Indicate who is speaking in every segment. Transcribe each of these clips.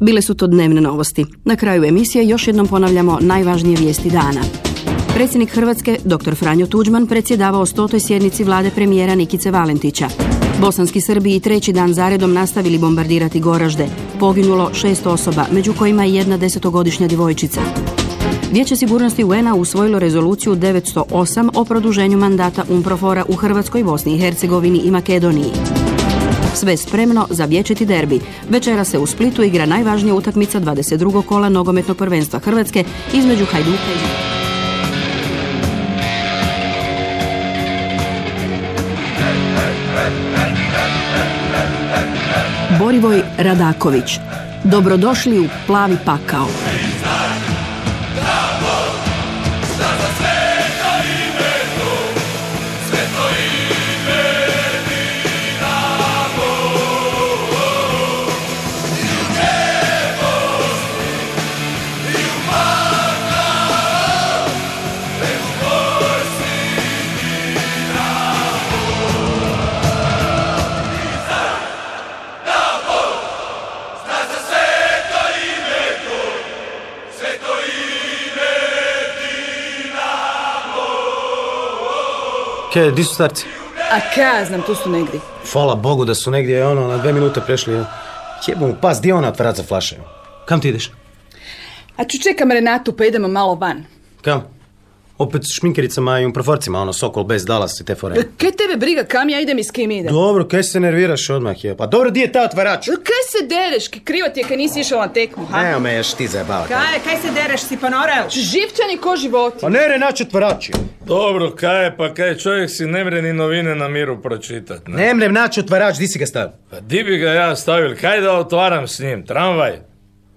Speaker 1: Bile su to dnevne novosti. Na kraju emisije još jednom ponavljamo najvažnije vijesti dana. Predsjednik Hrvatske, dr. Franjo Tuđman, predsjedavao stotoj sjednici vlade premijera Nikice Valentića. Bosanski Srbi i treći dan zaredom nastavili bombardirati Goražde. Poginulo šest osoba, među kojima i jedna desetogodišnja djevojčica. Vijeće sigurnosti UN-a usvojilo rezoluciju 908 o produženju mandata Umprofora u Hrvatskoj, Bosni i Hercegovini i Makedoniji. Sve spremno za vječiti derbi. Večera se u Splitu igra najvažnija utakmica 22. kola nogometnog prvenstva Hrvatske između Hajduka i... Borivoj Radaković. Dobrodošli u Plavi pakao.
Speaker 2: Ke, di su starci?
Speaker 3: A kaj ja znam, tu su negdje.
Speaker 2: Hvala Bogu da su negdje ono na dve minute prešli. Ja. Jebom, pas, di je ona otvrat za flaše? Kam ti ideš?
Speaker 3: A ću čekam Renatu pa idemo malo van.
Speaker 2: Kam? Opet s šminkericama i umproforcima, ono Sokol bez Dallas i te fore.
Speaker 3: Kaj tebe briga kam ja idem i s kim idem?
Speaker 2: Dobro, kaj se nerviraš odmah je. Pa dobro, di je ta otvarač?
Speaker 3: Kaj se dereš? Kaj krivo ti je kaj nisi išao na tekmu, ha?
Speaker 2: Evo me još ti zajebavati.
Speaker 4: Kaj, kaj se dereš, si ponorel?
Speaker 3: Živčani ko životi.
Speaker 2: Pa ne, Renač otvarač je.
Speaker 5: Dobro, kaj je, pa kaj čovjek si ne mre ni novine na miru pročitat. Ne?
Speaker 2: Ne mrem naći otvarač, di si ga stavio?
Speaker 5: Pa di bi ga ja stavil, kaj da otvaram s njim, tramvaj?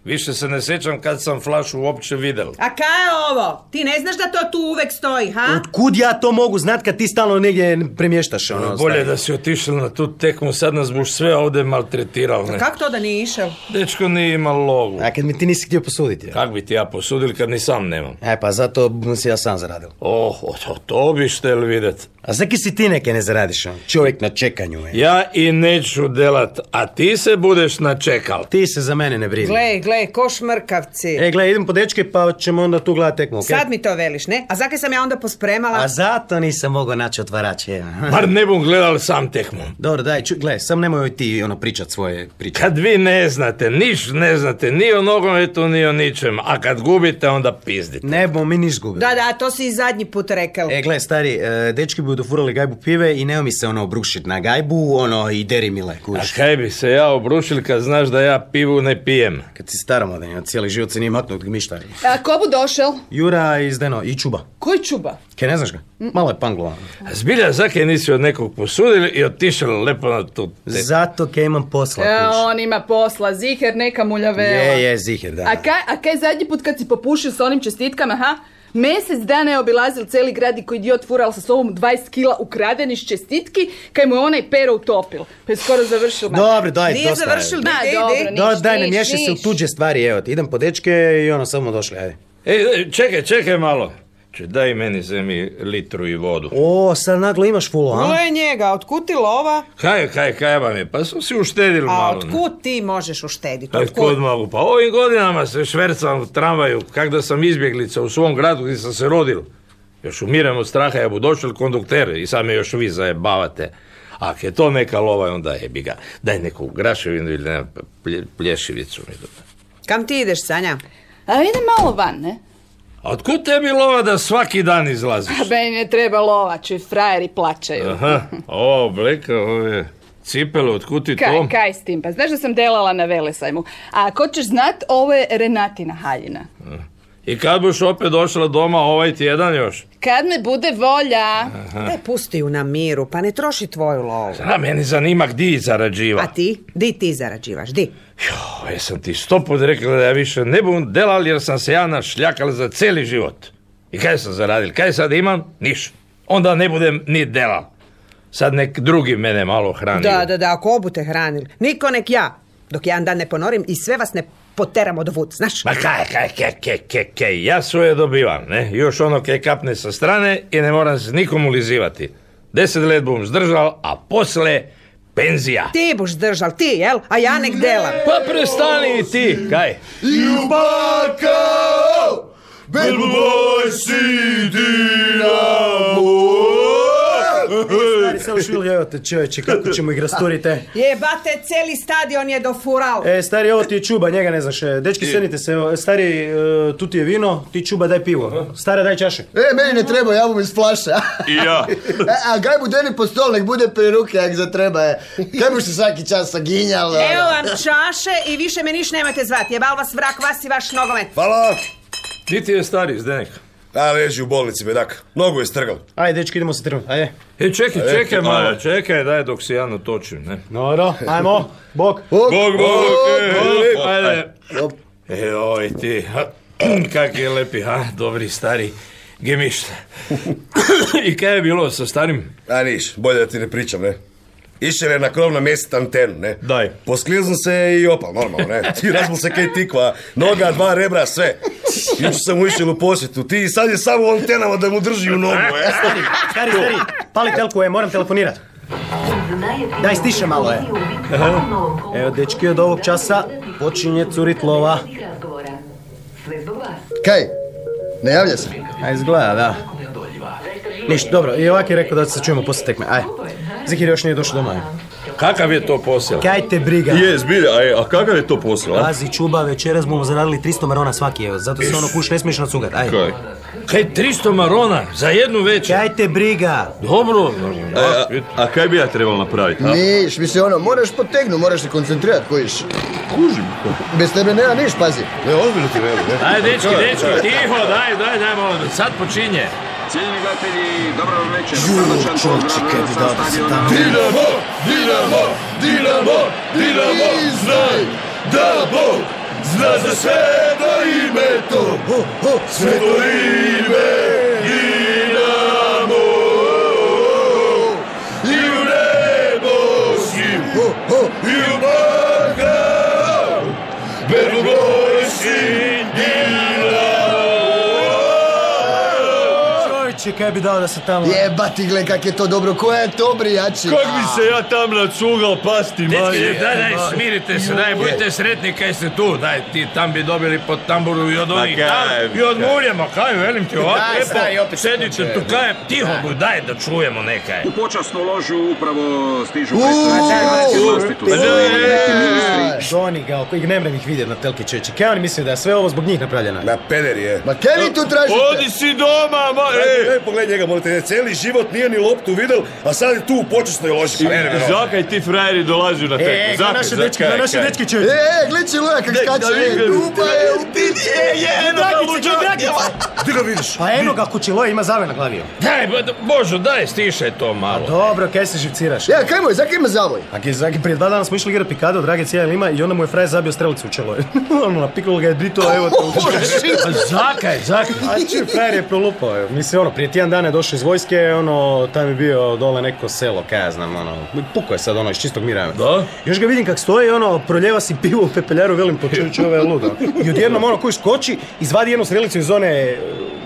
Speaker 5: Više se ne sjećam kad sam flašu uopće videl.
Speaker 4: A kaj je ovo? Ti ne znaš da to tu uvek stoji, ha?
Speaker 2: Otkud ja to mogu znat kad ti stalno negdje premještaš? Ono,
Speaker 5: Bolje
Speaker 2: stari?
Speaker 5: da si otišel na tu tekmu, sad nas buš sve ovdje maltretiral, ne?
Speaker 4: Kako to da nije išao?
Speaker 5: Dečko nije imao lovu.
Speaker 2: A kad mi ti nisi htio posuditi? je.
Speaker 5: Kak bi ti ja posudil kad ni sam nemam?
Speaker 2: E pa zato bom si ja sam zaradil.
Speaker 5: Oh, o, to, to bi štel videt.
Speaker 2: A zaki si ti neke ne zaradiš? ono? Čovjek na čekanju je.
Speaker 5: Ja i neću delat, a ti se budeš načekal.
Speaker 2: Ti se za mene ne brini.
Speaker 4: Gle, gle, ko šmrkavci.
Speaker 2: E, gle, idem po dečke pa ćemo onda tu gledati tekmu, okej?
Speaker 4: Sad mi to veliš, ne? A zakaj sam ja onda pospremala?
Speaker 2: A zato nisam mogao naći otvarače. evo.
Speaker 5: Bar ne bom gledal sam tekmu.
Speaker 2: Dobro, daj, ču, gle, sam nemoj ti ono pričat svoje priče.
Speaker 5: Kad vi ne znate, niš ne znate, ni o nogometu, ni o ničem, a kad gubite, onda pizdite.
Speaker 2: Ne bo mi niš gubili.
Speaker 4: Da, da, to si i zadnji put rekel.
Speaker 2: E, gle, stari, e, dečki bi dofurali gajbu pive i neo mi se ono obrušit na gajbu, ono, i deri mile,
Speaker 5: A
Speaker 2: kuš.
Speaker 5: kaj bi se ja obrušil kad znaš da ja pivu ne pijem?
Speaker 2: Kad si staromodan, ja cijeli život se nije maknuo od gmišta.
Speaker 3: A ko bu došel?
Speaker 2: Jura iz Deno, i Čuba.
Speaker 3: Koji čuba?
Speaker 2: Kaj ne znaš ga? Malo je panglovan.
Speaker 5: A Zbilja, zakaj nisi od nekog posudil i otišel lepo na tu te-
Speaker 2: Zato kaj imam posla,
Speaker 3: E,
Speaker 2: kuš.
Speaker 3: on ima posla, ziher neka muljavela.
Speaker 2: Je, je, ziher, da.
Speaker 3: A kaj, a kaj zadnji put kad si popušio sa onim čestitkama, ha? Mjesec dana je obilazio cijeli grad i koji idiot fural sa sobom 20 kila ukradenih čestitki, kaj mu je onaj pero utopil. Pa je skoro završio. ma.
Speaker 2: Dobro, daj,
Speaker 4: Nije
Speaker 2: dosta. je.
Speaker 4: završil,
Speaker 3: Da,
Speaker 4: da, ide,
Speaker 3: dobro,
Speaker 4: ide.
Speaker 3: niš,
Speaker 2: Da, daj, ne
Speaker 3: niš,
Speaker 2: miješaj se u
Speaker 3: niš.
Speaker 2: tuđe stvari, evo ti. Idem po dečke i ono, samo došli, ajde.
Speaker 5: E, čekaj, čekaj malo. Če, daj meni zemi litru i vodu.
Speaker 2: O, sad naglo imaš fulo, a?
Speaker 4: Gle njega, otkud ti lova?
Speaker 5: Kaj, kaj, kaj vam je? Pa smo si uštedili
Speaker 4: A
Speaker 5: malo. ne?
Speaker 4: otkud ti možeš uštediti?
Speaker 5: Pa kod mogu? Pa ovim godinama se švercam u tramvaju, kak da sam izbjeglica u svom gradu gdje sam se rodil. Još umirem od straha, ja bu došel kondukter i sad me još vi zajebavate. A je to neka lova, onda jebi ga. Daj neku graševinu ili ne, plje- plješivicu mi dobe.
Speaker 4: Kam ti ideš, Sanja?
Speaker 3: A idem malo van, pa ne?
Speaker 5: A otkud tebi lova da svaki dan izlaziš?
Speaker 3: A meni ne treba lovači, frajeri plaćaju.
Speaker 5: Aha, ovo obleka, ove cipele, otkud ti
Speaker 3: Kaj,
Speaker 5: to?
Speaker 3: kaj s tim? Pa znaš da sam delala na Velesajmu. A ako ćeš znat, ovo je Renatina haljina.
Speaker 5: I kad buš opet došla doma ovaj tjedan još?
Speaker 3: Kad me bude volja.
Speaker 4: Daj, E, pusti ju na miru, pa ne troši tvoju lovu.
Speaker 5: A meni zanima gdje zarađiva.
Speaker 4: A ti? Di ti zarađivaš, di?
Speaker 5: Jo, jesam Pa ti sto put rekla da ja više ne bom delal jer sam se ja našljakal za celi život. I kaj sam zaradil? Kaj sad imam? Niš. Onda ne budem ni delal. Sad nek drugi mene malo hrani.
Speaker 4: Da, da, da, ako obute hranili. Niko nek ja. Dok jedan dan ne ponorim i sve vas ne poteram od vud, znaš?
Speaker 5: Ma kaj, kaj, kaj, kaj, kaj, kaj, ja svoje dobivam, ne? Još ono kaj kapne sa strane i ne moram se nikomu lizivati. Deset let bom zdržal, a posle Penzija.
Speaker 4: Ti buš držal, ti, jel? A ja nek delam.
Speaker 5: Pa prestani i ti, kaj?
Speaker 6: You bacao, bel boj si dinamo.
Speaker 7: Stari, samo švilj, evo te čovječe, kako ćemo ih rasturite.
Speaker 4: Jebate, cijeli stadion je dofurao.
Speaker 7: E, stari, ovo ti je čuba, njega ne znaš. E, Dečki, sjednite se, evo, stari, e, tu ti je vino, ti čuba, daj pivo. Stare, daj čaše.
Speaker 6: E, meni ne treba, ja bom iz flaše.
Speaker 8: I ja.
Speaker 6: E, a gaj mu deni po stol, nek bude pri ruke, ak zatreba je. e. Kaj mu se svaki čas saginjal? e?
Speaker 4: Evo vam čaše i više me niš nemojte zvati. Jebal vas vrak, vas i vaš nogomet.
Speaker 8: Hvala.
Speaker 5: Ti ti je stari Zdenek.
Speaker 8: A leži u bolnici, bedak. Nogu je strgal.
Speaker 7: Ajde, dečki, idemo se trnuti, ajde.
Speaker 5: E, čekaj,
Speaker 8: E,
Speaker 5: čekaj
Speaker 8: ajde.
Speaker 5: malo, čekaj, daj dok se ja natočim, ne?
Speaker 7: Dobro, ajmo, bok.
Speaker 8: Bog, bog, e, lep.
Speaker 5: Ajde.
Speaker 6: Op.
Speaker 5: E, oj ti, ha, kak je lepi, ha, dobri stari gemišta. I kaj je bilo sa starim?
Speaker 8: A niš, bolje da ti ne pričam, ne. Išel je na krov namestiti antenu, ne?
Speaker 5: Daj.
Speaker 8: Poskliznu se i opal, normalno, ne? Ti razbol se kaj tikva, noga, dva rebra, sve. Juče sam mu išel u posjetu, ti sad je samo u antenama da mu drži u nogu, e.
Speaker 7: Stari, stari, pali telku, e, moram telefonirat.
Speaker 9: Daj, stiše malo, je.
Speaker 7: e. Evo, dečki, od ovog časa počinje curit lova.
Speaker 9: Sve zbog vas.
Speaker 6: Kaj? Ne javlja se?
Speaker 7: A izgleda, da. Ništa, dobro, i ovak je rekao da se čujemo poslije tekme, ajde. Zikir još nije došao doma.
Speaker 5: Kakav je to posel?
Speaker 7: Kaj te briga?
Speaker 10: Je, zbilja, a, je- a kakav je to posao, a?
Speaker 11: Pazi, čuba, večeras smo mu zaradili 300 marona svaki, evo, zato se ono kuš ne smiješ nacugat, aj.
Speaker 10: Kaj?
Speaker 5: Kaj, 300 marona za jednu večer?
Speaker 11: Kaj te briga?
Speaker 5: Dobro,
Speaker 10: E, a, a kaj bi ja trebalo napraviti, a?
Speaker 6: Niš, mislim ono, moraš potegnu, moraš se koncentrirat, kojiš.
Speaker 10: Kužim.
Speaker 6: Bez tebe nema niš, pazi.
Speaker 8: Ne, ozbiljno ti velim, ne?
Speaker 5: Daj, dečki, dečki, tiho, daj, daj, daj, malo, sad počinje.
Speaker 12: Cijenjeni gledatelji, dobro vam večer. Srdačan pozdrav sa stadiona.
Speaker 8: Dinamo, Dinamo, Dinamo, Dinamo, znaj da Bog zna za sveto ime to, sveto ime Dinamo. I u nebo s njim, i u Boga, Berlugojski Dinamo.
Speaker 7: Čovječe, kaj bi dao da se tamo...
Speaker 6: Jebati, gle, kak je to dobro, koja je to brijači.
Speaker 10: Kak bi se ja tam nacugal pasti, ma
Speaker 5: Dečki,
Speaker 10: je.
Speaker 5: daj, daj, smirite se, daj, budite sretni kaj ste tu, daj, ti tam bi dobili po tamburu i od ovih
Speaker 10: kaj,
Speaker 5: tam, i od
Speaker 10: kaj.
Speaker 5: muljama, kaj, velim ti ovako,
Speaker 6: Daj, stari,
Speaker 5: lijepo,
Speaker 6: opet se
Speaker 5: sedite tu, kaj, tiho, buj, daj da čujemo nekaj.
Speaker 12: U počasnu ložu upravo stižu
Speaker 6: Uuu,
Speaker 12: predstavnici hrvatske vlasti tu. su i neki ministri.
Speaker 7: Žoni ga, oko ih ne mrem ih vidjet na telke čovječe. Kaj oni misle da je sve ovo zbog njih napravljeno?
Speaker 8: Na peder je.
Speaker 6: Ma kaj vi tu tražite?
Speaker 10: Odi si doma, ma,
Speaker 8: E,
Speaker 10: e.
Speaker 8: e, pogledaj njega, molim te, ne, cijeli život nije ni loptu videl, a sad je tu u počasnoj loži. Pa ne, ne, ne, ne.
Speaker 10: Zakaj ti frajeri dolazi na
Speaker 7: E,
Speaker 10: tekmu?
Speaker 7: E, kao naše dečki, kao naše dečki
Speaker 6: E,
Speaker 7: čovječe.
Speaker 6: e, gledaj Luja kak skače, e, dupa je u pidi, e, je.
Speaker 7: Dragice, kao Dragice.
Speaker 8: Ti ga vidiš?
Speaker 7: Pa eno ga kućilo ima zave na glavi.
Speaker 5: Daj, bo- Božo, daj, stišaj to malo.
Speaker 7: Dobro, kaj se živciraš?
Speaker 6: Ja, kaj mu je, zakaj ima zavoj?
Speaker 7: A kaj, zaki, prije dva dana smo išli igrati pikado, drage cijela lima, i onda mu je frajer zabio strelicu u čelo. ono, napiknulo ga je drito, evo to.
Speaker 6: Oh,
Speaker 5: Pa zakaj, zakaj?
Speaker 7: A či frajer je prolupao, evo. mislim, ono, prije tjedan dana je došao iz vojske, ono, tam je bio dole neko selo, kaj ja znam, ono, puko je sad, ono, iz čistog mira. evo.
Speaker 5: Da?
Speaker 7: Još ga vidim kak stoji, ono, proljeva si pivo u pepeljaru, velim, po čovječe, ovo je ludo. I odjednom, ono, koji skoči, izvadi jednu strelicu iz one, e,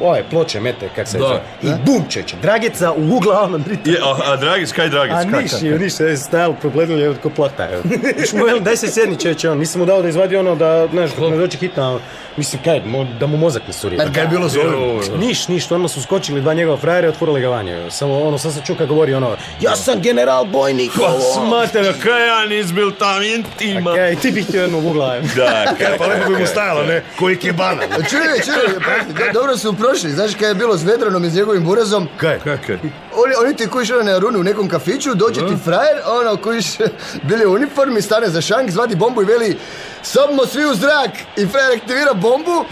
Speaker 7: ove, ploče, mete, kak se
Speaker 5: Da.
Speaker 7: zove. I bum, čeče, drageca u ugla, ono, drito.
Speaker 10: Je, a, a Dragis, kaj Dragis?
Speaker 7: A
Speaker 10: kak,
Speaker 7: niš,
Speaker 10: kak,
Speaker 7: je,
Speaker 10: kak?
Speaker 7: niš, je stajal, progledali je ko plota. evo. Još mu velim, daj se sjedni čovječe, on, nisam mu dao da izvadi ono da, znaš, dok ne dođe hitna, mislim, kaj, mo- da mu mozak ne suri.
Speaker 6: A Pa kaj je bilo za ovim?
Speaker 7: Niš, niš, odmah su skočili dva njegova frajera i otvorili ga vanje. evo. Samo ono, sad se čuka govori ono, ja sam general bojnik. ono.
Speaker 10: Pa smatera, kaj ja nis bil tam intima.
Speaker 7: Kaj, ti bih htio jednu u glavu.
Speaker 10: Da, kaj
Speaker 8: Kaj, pa lepo bi mu stajalo, ne? Koji kebana.
Speaker 6: Čuje, čuje, pazi, do- pa dobro su prošli, znaš kaj je bilo s Vedranom i s njegovim burazom?
Speaker 8: Kaj?
Speaker 10: Kakaj?
Speaker 6: Oni, oni ti kojiš ono na runu u nekom kafiću, dođe ti frajer, ono kojiš, bili u uniformi, stane za šank, zvadi bombu i veli Samo svi u zrak! I frajer aktivira bombu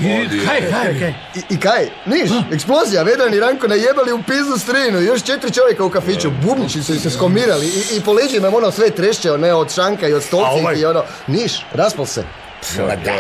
Speaker 5: Kaj, kaj, kaj?
Speaker 6: i, i kaj? Niš, eksplozija, Vedran i Ranko najebali u pizdu strinu, još četiri čovjeka u kafiću, bubnići su i se skomirali i, i po leđima im ono sve trešće, ne, od šanka i od stolci
Speaker 8: ovaj-
Speaker 6: i ono, niš, raspal se.
Speaker 8: Ma da.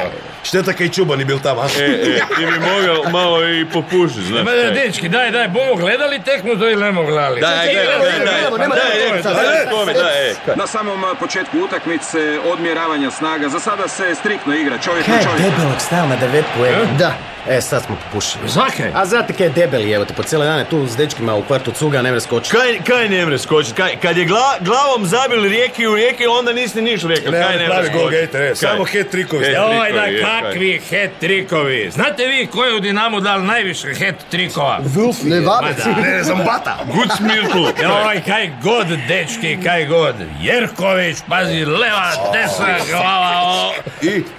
Speaker 8: Šteta kaj čuban je bil tamo. a?
Speaker 10: E, e, ti bi mogao malo i popušiti, znaš
Speaker 5: Ma
Speaker 10: kaj.
Speaker 5: da, dečki, daj, daj, bomo gledali tekmu to ili nemo gledali?
Speaker 10: Daj, daj, daj, daj, daj,
Speaker 6: Gledamo, nema
Speaker 10: daj,
Speaker 6: razgovora,
Speaker 10: daj,
Speaker 6: sad.
Speaker 10: daj, tome, daj, e, kaj.
Speaker 12: Na samom a, početku utakmice, odmjeravanja snaga, za sada se striktno igra čovjek
Speaker 11: Kaj
Speaker 12: na
Speaker 11: je
Speaker 12: čovjeka.
Speaker 11: debelog stajal na devetku, evo?
Speaker 6: Da,
Speaker 7: E, sad smo popušili.
Speaker 10: Zakaj?
Speaker 7: A zato kaj je debeli, evo te, po cijele dane tu s dečkima u kvartu cuga, ne mre skočiti.
Speaker 10: Kaj, kaj ne mre skočit? Kaj, kad je gla, glavom zabili rijeki u rijeke, onda nisi ni niš rekao.
Speaker 8: Ne,
Speaker 10: Kaj
Speaker 8: on
Speaker 10: ne
Speaker 8: pravi
Speaker 10: mre
Speaker 8: gol,
Speaker 10: skočit?
Speaker 8: gejte,
Speaker 5: e,
Speaker 7: e,
Speaker 8: ne,
Speaker 10: Kaj?
Speaker 8: samo hat trikovi.
Speaker 10: Hat
Speaker 7: Ovaj,
Speaker 5: Oj, da
Speaker 10: trikovi, je, kaj.
Speaker 5: ovaj kakvi het trikovi. Znate vi ko je u Dinamu dal najviše het trikova?
Speaker 6: Vulf Nevadac.
Speaker 5: Ma da.
Speaker 8: Ne, Zambata.
Speaker 10: Gut smirtlu.
Speaker 5: Joj, ovaj, kaj god, dečki, kaj god. Jerković, pazi, leva, desna, glava, o.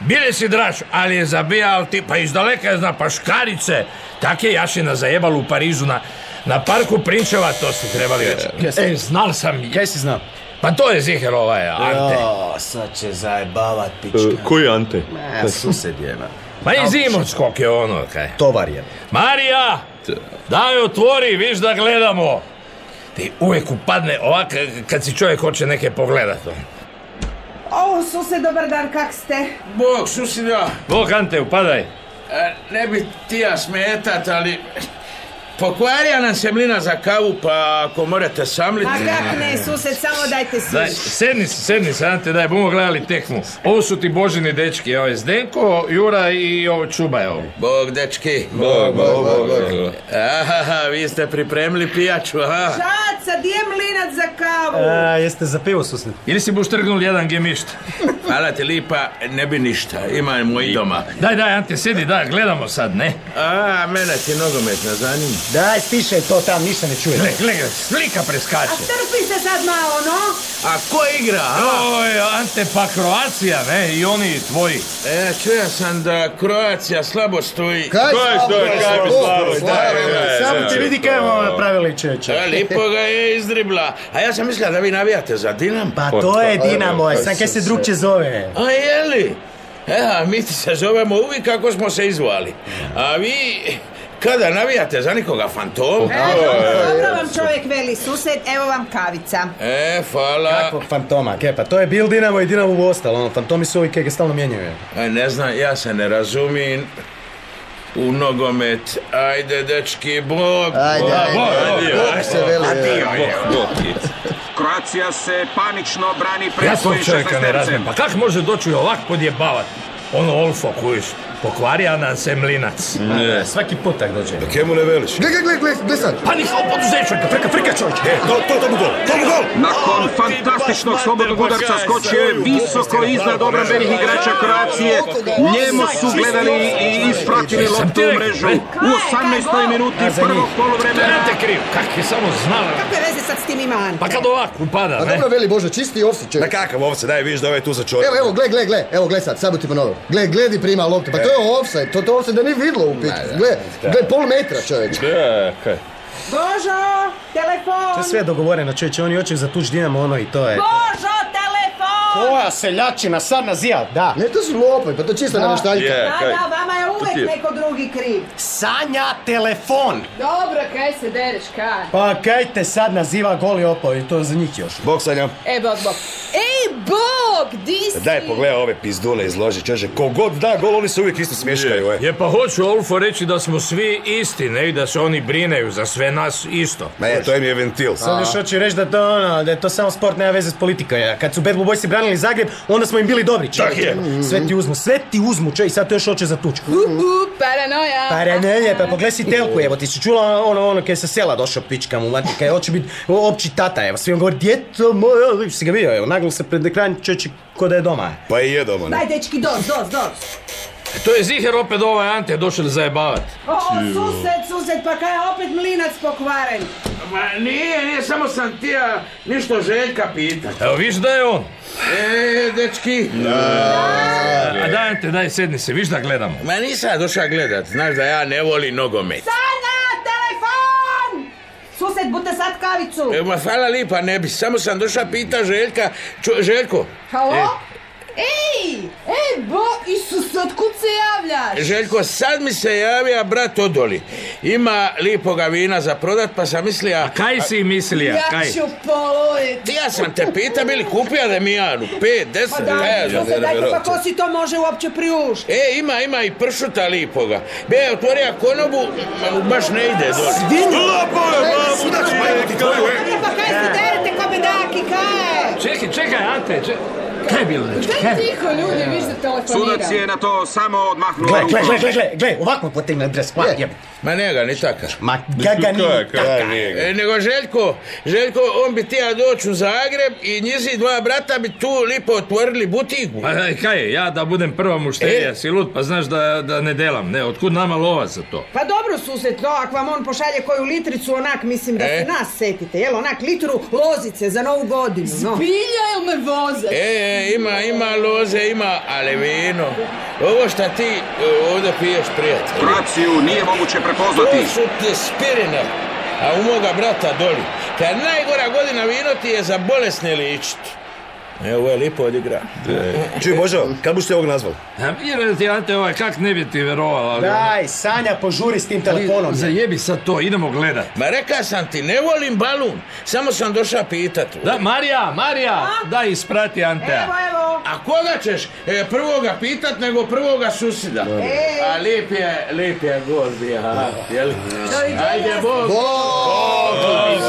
Speaker 5: Bili si drač, ali je zabijal ti, pa iz daleka je zna, pa škarice. Tak je Jašina zajebal u Parizu na, na parku Prinčeva, to ste trebali reći. E, znal sam. Kaj
Speaker 7: si znao?
Speaker 5: Pa to je ziher ovaj, Ante.
Speaker 7: Jo, sad će zajebavat pička.
Speaker 10: E, Koji Ante?
Speaker 7: E, sused je, ma.
Speaker 5: Ma i zimočkok je ono,
Speaker 13: E.
Speaker 5: kaj.
Speaker 7: Tovar je.
Speaker 5: Marija, daj otvori, viš da gledamo. Ti uvijek upadne ovak kad si čovjek hoće neke pogledat. ono.
Speaker 4: O, suse, dobar dan, kak ste?
Speaker 13: Bog, susida,
Speaker 5: Bog, Ante, upadaj.
Speaker 13: e, ne bi tija smetat, ali pokvarija nam se mlina za kavu, pa ako morate samliti...
Speaker 4: Ma kak ne, sused, samo dajte
Speaker 5: Daj,
Speaker 4: si.
Speaker 5: sedni se, sedni se, Ante, daj, bomo gledali tekmu. Ovo su ti božini dečki, ovo je Zdenko, Jura i ovo Čuba, evo.
Speaker 13: Bog, dečki.
Speaker 5: Bog, bog, bog, bog.
Speaker 13: Aha, vi ste pripremili pijaču, aha.
Speaker 4: Šaca, di je mlinac za kavu?
Speaker 13: jeste za pivo susne.
Speaker 5: Ili si buš trgnul jedan gemišt?
Speaker 13: Hvala ti lipa, ne bi ništa, imam moj doma.
Speaker 5: Daj, daj, Ante, sedi, daj, gledamo sad, ne?
Speaker 13: A, mene ti nogomet ne zanima.
Speaker 2: Daj, stišaj to tam, ništa ne čuje.
Speaker 5: Gle, gle, gle, slika preskače.
Speaker 4: Trpi se sad malo, no?
Speaker 13: A ko igra, a?
Speaker 5: Oj, Ante, pa Kroacija, ne, i oni tvoji.
Speaker 13: E, čuo sam da Kroacija slabo stoji.
Speaker 6: Kaj Kaj slabo stoji, kaj bi slabo, slabo, slabo,
Speaker 13: Daj,
Speaker 6: slabo,
Speaker 13: daj,
Speaker 7: E,
Speaker 6: samo
Speaker 13: daj,
Speaker 6: ti
Speaker 13: daj.
Speaker 6: vidi
Speaker 2: Kaj
Speaker 6: ono,
Speaker 2: imamo napravili čeče?
Speaker 13: A, E, lipo ga je izdribla. A ja sam mislila da vi navijate za Dinam.
Speaker 2: Pa to je Dinamo,
Speaker 7: e,
Speaker 2: je, sam kaj se drugče zove.
Speaker 13: A jeli? E, a mi ti se zovemo uvijek kako smo se izvali. A vi, kada navijate za nikoga fantom?
Speaker 4: E, dobro vam čovjek veli, sused, evo vam kavica.
Speaker 13: E, hvala.
Speaker 7: Kako fantoma, kaj, pa to je bil Dinamo i Dinamo u ostalo, ono, fantomi su ovi kaj ga stalno mijenjaju.
Speaker 13: E, ne znam, ja se ne razumijem u nogomet. Ajde, dečki, bog.
Speaker 12: Ajde,
Speaker 13: bog,
Speaker 12: ajde,
Speaker 13: bog,
Speaker 12: ajde,
Speaker 13: bog,
Speaker 12: bog se veli,
Speaker 13: adio,
Speaker 12: evo.
Speaker 13: adio.
Speaker 12: Kroacija se panično brani pred
Speaker 5: Ja tog
Speaker 12: svojim
Speaker 5: čovjeka ne
Speaker 12: 16-tercem.
Speaker 5: razumijem, pa kak može doći ovak podjebavat? Ono olfo kojiš, pokvarija nam se mlinac. E,
Speaker 8: Ne.
Speaker 5: Svaki put tak dođe.
Speaker 8: Pa Kemu ne veliš?
Speaker 6: Gle, gle, gle, gle, gle sad.
Speaker 5: Pa nisam poduzeću, frka, frka čovječe.
Speaker 8: E, to, to, to mu gol, to mu gol!
Speaker 12: Nakon fantastičnog slobodnog udarca skočio je visoko iznad obrambenih igrača Kroacije. Njemu su gledali i ispratili loptu u mrežu. U 18. minuti prvog poluvremena.
Speaker 5: Te kriv, kak je samo znala.
Speaker 4: Kakve veze sad s tim ima Ante?
Speaker 5: Pa kad ovako upada,
Speaker 6: A
Speaker 5: ne?
Speaker 6: dobro veli Bože, čisti ofsi
Speaker 8: Da
Speaker 6: čovjek.
Speaker 8: kakav ovce, daj, vidiš da ovaj tu za čovjek.
Speaker 6: Evo, evo, gle, gle, gle, evo, gle sad, sad bi ti ponovio. Gle, gledi prima loptu, pa to je offside, to, to offside da nije vidlo u pitu. Gle, gle, pol metra čovječ.
Speaker 4: Božo, telefon!
Speaker 7: To je sve dogovoreno, čovječe, oni hoće zatući Dinamo, ono i to je.
Speaker 4: Božo, telefon!
Speaker 7: Koja seljačina sad nazija, da.
Speaker 6: Ne, to su lopovi, pa to je čista
Speaker 7: Da.
Speaker 6: navještaljka.
Speaker 8: Je.
Speaker 4: Da,
Speaker 8: Kaj?
Speaker 4: da, vama je
Speaker 8: ti je?
Speaker 4: uvijek neko drugi kriv.
Speaker 7: Sanja telefon!
Speaker 3: Dobro, kaj se dereš, kaj?
Speaker 7: Pa kaj te sad naziva goli opovi, to je za njih još.
Speaker 8: Bog sanjam.
Speaker 3: Ej, E, bog, bog. Ej, bog, di si?
Speaker 8: Daj, pogledaj ove pizdule izloži, čože. Kogod da gol, oni se uvijek isto smješkaju, e.
Speaker 5: Je pa hoću Olfo reći da smo svi isti, ne? I da se oni brineju za sve nas isto.
Speaker 8: Ma je, to im je ventil.
Speaker 7: Sad još hoće reći da to, ono, da je to samo sport, nema veze s politikom. ja. Kad su Bad Blue Boysi branili Zagreb, onda smo im bili dobri. čovječe. Mm-hmm.
Speaker 8: je.
Speaker 7: Sve ti uzmu, sve ti uzmu, čovjek, i sad to još hoće zatući.
Speaker 3: U, paranoja.
Speaker 7: Pa ne, ne, ne, pa pogledaj si telku, evo ti si čula ono, ono, kaj sa sela došao pička mu, znači, kaj hoće biti opći tata, evo, svi on govori, djeto moje, si ga vidio, evo, naglo se pred ekran čeči ko da je doma.
Speaker 8: Pa i je doma, ne?
Speaker 4: Daj, dečki, dos, dos, dos.
Speaker 5: To je ziher opet ovaj Ante došel zajebavat.
Speaker 4: O, sused, sused, pa kaj je opet mlinac pokvaren?
Speaker 13: Ma nije, nije, samo sam tija ništa Željka pitat.
Speaker 5: Evo viš da je on.
Speaker 13: E, dečki.
Speaker 5: A daj Ante, daj sedni se, viš da gledamo.
Speaker 13: Ma nisam ja došao gledat, znaš da ja ne volim nogomet.
Speaker 4: Sanja, telefon! Sused, bute sad kavicu.
Speaker 13: E, ma hvala lipa, ne bi, samo sam došao pita Željka, Ču, Željko, E,
Speaker 7: e.
Speaker 3: Halo? Ej, ej, bo, Isus, otkud se javljaš?
Speaker 13: Željko, sad mi se javija brat Odoli. Ima lipoga vina za prodat, pa sam mislio... A
Speaker 5: Kaj si mislija,
Speaker 3: Ja
Speaker 5: kaj?
Speaker 3: ću poludit.
Speaker 13: Ja sam te pita bili kupio Demijanu, pet, deset,
Speaker 4: Pa daj,
Speaker 13: kaj ja
Speaker 4: sused,
Speaker 13: znam.
Speaker 4: daj, pa ko si to može uopće priušt?
Speaker 13: E, ima, ima i pršuta lipoga. Be je otvorio konobu, ma mu baš ne ide doli.
Speaker 8: Lopove, mamu, da ću majku ti kao, e.
Speaker 4: Pa kaj se derete ko bedaki, kaj?
Speaker 5: Čekaj, čekaj Ante, čekaj.
Speaker 13: Kaj je
Speaker 5: znači?
Speaker 13: bilo, dečki?
Speaker 3: Daj tiho, ljudi, viš da telefoniram.
Speaker 12: Sudac je na to samo odmahnuo
Speaker 7: Gle, gle,
Speaker 12: rukom.
Speaker 7: gle, gle, gle, gle, ovako potegne dres, pa jebe.
Speaker 13: Ma ne ga, ni taka.
Speaker 7: Ma ga ga nije taka.
Speaker 13: E, nego Željko, Željko, on bi tija doći u Zagreb i njizi dva brata bi tu lipo otvorili butiku.
Speaker 5: Pa daj, kaj je, ja da budem prva mušterija,
Speaker 13: E.
Speaker 5: si lud, pa znaš da, da ne delam, ne, otkud nama lova za to?
Speaker 4: Pa dobro susret, no, ako vam on pošalje koju litricu, onak mislim da
Speaker 5: E.
Speaker 4: se nas setite, jel, onak litru lozice za novu godinu, no.
Speaker 3: Zbilja jel me voze?
Speaker 13: E, E, ima, ima loze, ima, ali vino. Ovo šta ti e, ovdje piješ, prijatelj.
Speaker 12: Kraciju nije moguće prepoznati.
Speaker 13: To su ti spirine, a u moga brata doli. Kad najgora godina vino ti je za bolesne ličit. E, ovo je lipo odigra.
Speaker 8: Čuj, Božo, kad buš te ovog nazval?
Speaker 5: Ja vjerujem ti, Ante, ovaj, kak ne bi ti verovala.
Speaker 7: Daj, Sanja, požuri s tim telefonom.
Speaker 5: Zajebi sad to, idemo gledat.
Speaker 13: Ma reka sam ti, ne volim balun, samo sam došao pitat.
Speaker 5: Da, Marija, Marija, daj isprati Antea.
Speaker 4: evo.
Speaker 13: A koga ćeš e, prvoga pitat nego prvoga susjeda?
Speaker 5: E.
Speaker 13: A lijep je, lijep je gol bio, ha, jel? Ajde, Bog!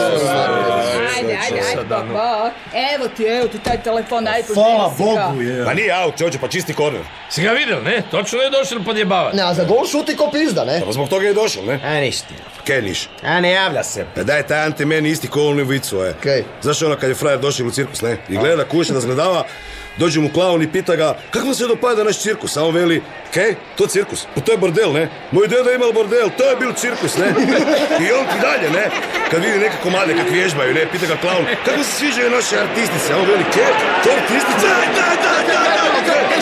Speaker 3: Ajde, ajde, ajde,
Speaker 13: ono-
Speaker 3: pa, pa. Evo ti, evo ti taj telefon, ajde, poželi si ga.
Speaker 8: Ma nije out, čovječe, pa čisti korner.
Speaker 5: Si ga vidjel, ne? Točno je došel podjebavati.
Speaker 6: Ne, a za gol šuti ko pizda, ne?
Speaker 8: Pa zbog toga je došel, ne?
Speaker 7: A ništa.
Speaker 8: Kaj niš?
Speaker 7: A ne javlja se.
Speaker 8: Pa daj taj Ante meni isti kolni vicu, e.
Speaker 6: Kaj?
Speaker 8: Znaš ono kad je frajer došao u cirkus, ne? I gleda kuće, razgledava, dođe mu klaun i pita ga, kako vam se dopada naš cirkus? A on veli, kaj, to je cirkus, pa to je bordel, ne? Moj deda je imao bordel, to je bil cirkus, ne? I on ti dalje, ne? Kad vidi neke komade kak vježbaju, ne? Pita ga klaun, kako se sviđaju naše artistice? A on veli, kaj, to je artistica? Da, da, da, da, da, da,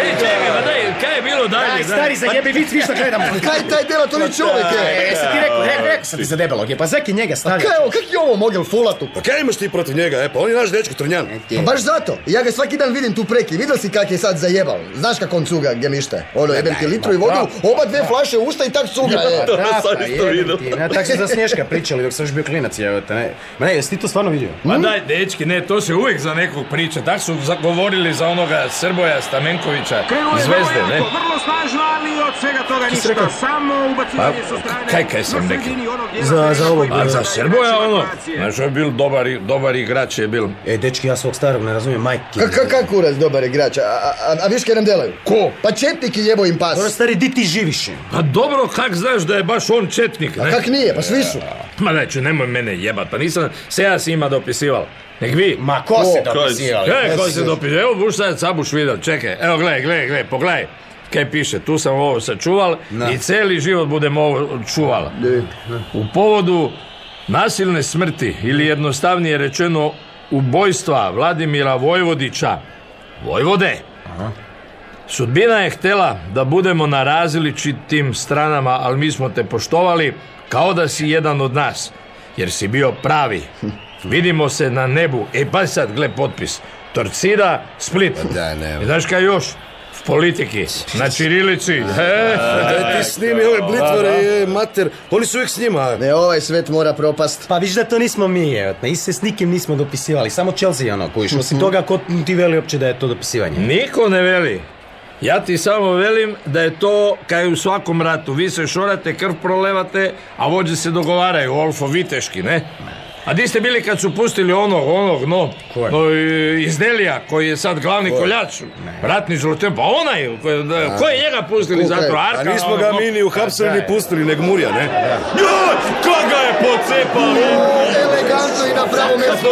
Speaker 5: Ej, čekaj, ma daj, kaj je bilo dalje?
Speaker 7: Aj, stari, zajebi vic, viš što gledamo.
Speaker 6: Kaj taj dela, to ni čovjek
Speaker 7: E,
Speaker 6: je.
Speaker 7: jesam ti rekao, re- rekao sam ti za debelog je, pa zaki njega
Speaker 6: A
Speaker 7: stavlja.
Speaker 6: kaj ovo, kak je ovo mogel fulatu?
Speaker 8: Pa kaj imaš ti protiv njega, e? Pa on je naš dečko Trnjan.
Speaker 6: Pa baš zato, ja ga svaki dan vidim tu preki, vidjel si kak je sad zajebal. Znaš kak on cuga gdje mište? Ono, jebem ti litru i vodu, oba dve flaše u usta i tak cuga, e.
Speaker 8: To sam
Speaker 7: pa
Speaker 8: isto vidio.
Speaker 7: Tako su za Snješka pričali dok sam još bio klinac, evo te, ne. Ma ne, jesi ti to stvarno vidio?
Speaker 5: Ma Pa daj, dečki, ne, to se uvijek za nekog priča. Tak su za- govorili za onoga Srboja Stamenkovića
Speaker 12: Krenuo
Speaker 5: iz
Speaker 12: je
Speaker 5: Zvezde,
Speaker 12: vrlo
Speaker 5: ne?
Speaker 12: jako, vrlo snažno, ali od svega toga
Speaker 5: si
Speaker 12: ništa.
Speaker 5: rekao?
Speaker 12: Samo ubacivanje
Speaker 5: Pa,
Speaker 12: sa strane.
Speaker 5: kaj- kaj sam
Speaker 12: na
Speaker 5: rekao?
Speaker 12: sredini onog dijela
Speaker 7: Za-
Speaker 12: koji
Speaker 7: za ovog,
Speaker 12: koji
Speaker 5: A za
Speaker 12: igra
Speaker 5: Srboja
Speaker 12: igrače
Speaker 5: ono,
Speaker 12: Kroacije.
Speaker 5: znaš, on je bil dobar, i- dobar igrač je bil.
Speaker 7: E, dečki, ja svog starog ne razumijem, majke.
Speaker 6: Ka- ka- Kak kurac dobar igrač, a, a, a- a viš kaj nam delaju? Ko? Pa četnik je jebo im pas.
Speaker 7: Dobro, stari, di ti živiš?
Speaker 5: Pa dobro, kak znaš da je baš on četnik,
Speaker 6: A
Speaker 5: ne? E,
Speaker 6: kak nije, pa svi su.
Speaker 5: Ma daj, ću, nemoj mene jebat, pa nisam se ja s njima dopisival. Nek vi.
Speaker 7: Ma ko se
Speaker 6: Ko?
Speaker 7: dopisio?
Speaker 5: E,
Speaker 6: Ne
Speaker 5: koji
Speaker 6: znam.
Speaker 5: se dopisuju? Evo, buš sad sabuš vidjel, čekaj. Evo, gledaj, gledaj, gledaj, pogledaj. Kaj piše, tu sam ovo sačuval i cijeli život budem ovo čuval. U povodu nasilne smrti ili jednostavnije rečeno ubojstva Vladimira Vojvodića, Vojvode, sudbina je htjela da budemo na različitim stranama, ali mi smo te poštovali kao da si jedan od nas, jer si bio pravi. Vidimo se na nebu. E, pa sad, gle potpis. Torcida, Split.
Speaker 6: Pa Da, ne.
Speaker 5: I znaš kaj još? V politiki, na Čirilici. E,
Speaker 8: Daj ti snimi ove blitvore, je, mater, oni su uvijek s njima, e.
Speaker 6: Ne, ovaj svet mora propast.
Speaker 7: Pa viš da to nismo mi, evo te, i se s nikim nismo dopisivali, samo Chelsea ono, kojiš,
Speaker 6: Mhm.
Speaker 7: osim toga ko ti veli uopće da je to dopisivanje.
Speaker 5: Niko ne veli. Ja ti samo velim da je to kaj u svakom ratu. Vi se šorate, krv prolevate, a vođe se dogovaraju, olfo viteški, ne? A di ste bili kad su pustili onog, onog, no,
Speaker 7: Koje?
Speaker 5: no i- iz Delija, koji je sad glavni koljač, ratni žulotem, pa onaj, ko je, da- ko je njega pustili
Speaker 6: Ko
Speaker 5: zato,
Speaker 6: je?
Speaker 5: Arkan?
Speaker 8: A nismo
Speaker 7: ono,
Speaker 5: onog,
Speaker 8: ga
Speaker 5: no?
Speaker 8: mi ni uhapsili ni pustili, nek murja, ne?
Speaker 5: Joj, koga je pocepalo?
Speaker 6: Elegantno i na pravo mjesto.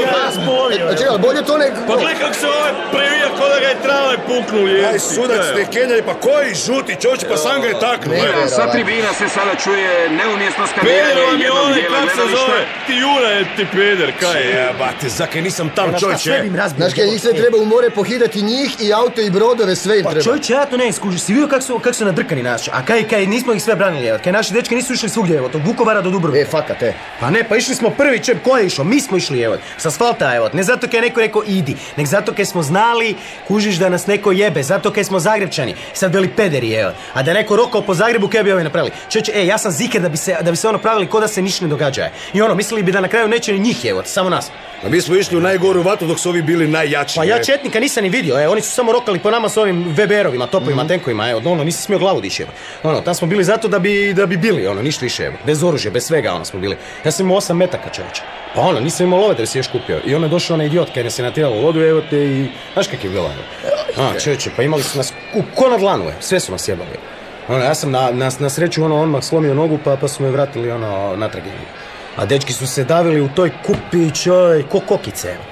Speaker 6: E, Čekaj, ali bolje to nek...
Speaker 10: Pa gle kako se ovaj previja ko da ga je travaj puknul je.
Speaker 8: Aj, sudac
Speaker 7: ono.
Speaker 8: ne kenjaj, pa koji žuti čovječe, pa sam ga je taknuo,
Speaker 6: Ne,
Speaker 8: e.
Speaker 6: ne.
Speaker 12: Sa tribina se sada čuje neumjesno skandiranje
Speaker 10: Peder vam je
Speaker 7: ovaj
Speaker 12: jednog
Speaker 10: onaj
Speaker 12: dijela
Speaker 10: kak se
Speaker 12: gledališta.
Speaker 10: zove. Ti Jura je ti peder, kaj je.
Speaker 8: Jebate, zakaj nisam tam
Speaker 7: Znaš šta,
Speaker 8: čovječe?
Speaker 7: sve bi im razbio
Speaker 6: Znaš kaj,
Speaker 7: debelo
Speaker 6: njih sve
Speaker 7: tijelo.
Speaker 6: treba u more pohidati njih i aute i brodove, sve im
Speaker 7: Pa
Speaker 6: treba.
Speaker 7: čovječe, ja to ne iskužim, si vidio kak su, kak su nadrkani naši, a kaj, kaj, nismo ih sve branili, evo, kaj naši dečki nisu išli svugdje, evo, od Vukovara do Dubrovnika.
Speaker 6: E, fakat, e.
Speaker 7: Pa ne, pa išli smo prvi, čem, ko je išao? Mi smo išli, evo, sa asfalta, evo, ne zato kaj je neko rekao idi, nek zato kaj smo znali, kužiš da nas neko jebe, zato kaj smo zagrebčani, sad bili pederi, evo, a da je neko rokao po Zagrebu, kaj bi ovi napravili? Čeče, e, ja sam zike da bi se, da bi se ono pravili ko da se ništa ne događa, e. i ono, mislili bi da na kraju neće ni njih, evo, samo nas.
Speaker 8: Pa mi smo išli u najgoru vatu dok su ovi bili najjači,
Speaker 7: Pa ja
Speaker 8: ne?
Speaker 7: četnika nisam ni vidio, e, oni su samo rokali po nama s ovim Weberovima,
Speaker 8: Mhm.
Speaker 7: topovima, tenkovima, evo, ono, nisi smio glavu dići, evo. Ono, tam smo bili zato da bi, da bi bili, ono, ništa više, evo, bez oružja, bez svega, ono, smo bili. Ja sam imao osam metaka čovječe. Pa ono, nisam imao lovete, jer si još kupio. I onda je došao onaj idiot kada se natjeralo u lodu, evo te i... Znaš kak je bila ono? A, čovječe, pa imali su nas ku- ko na dlanu, je. sve su nas jebali. Ono, ja sam na, na, na sreću ono, odmah slomio nogu, pa, pa su me vratili ono, natrag. A dečki su se davili u toj kupi, čoj, ko kokice. evo.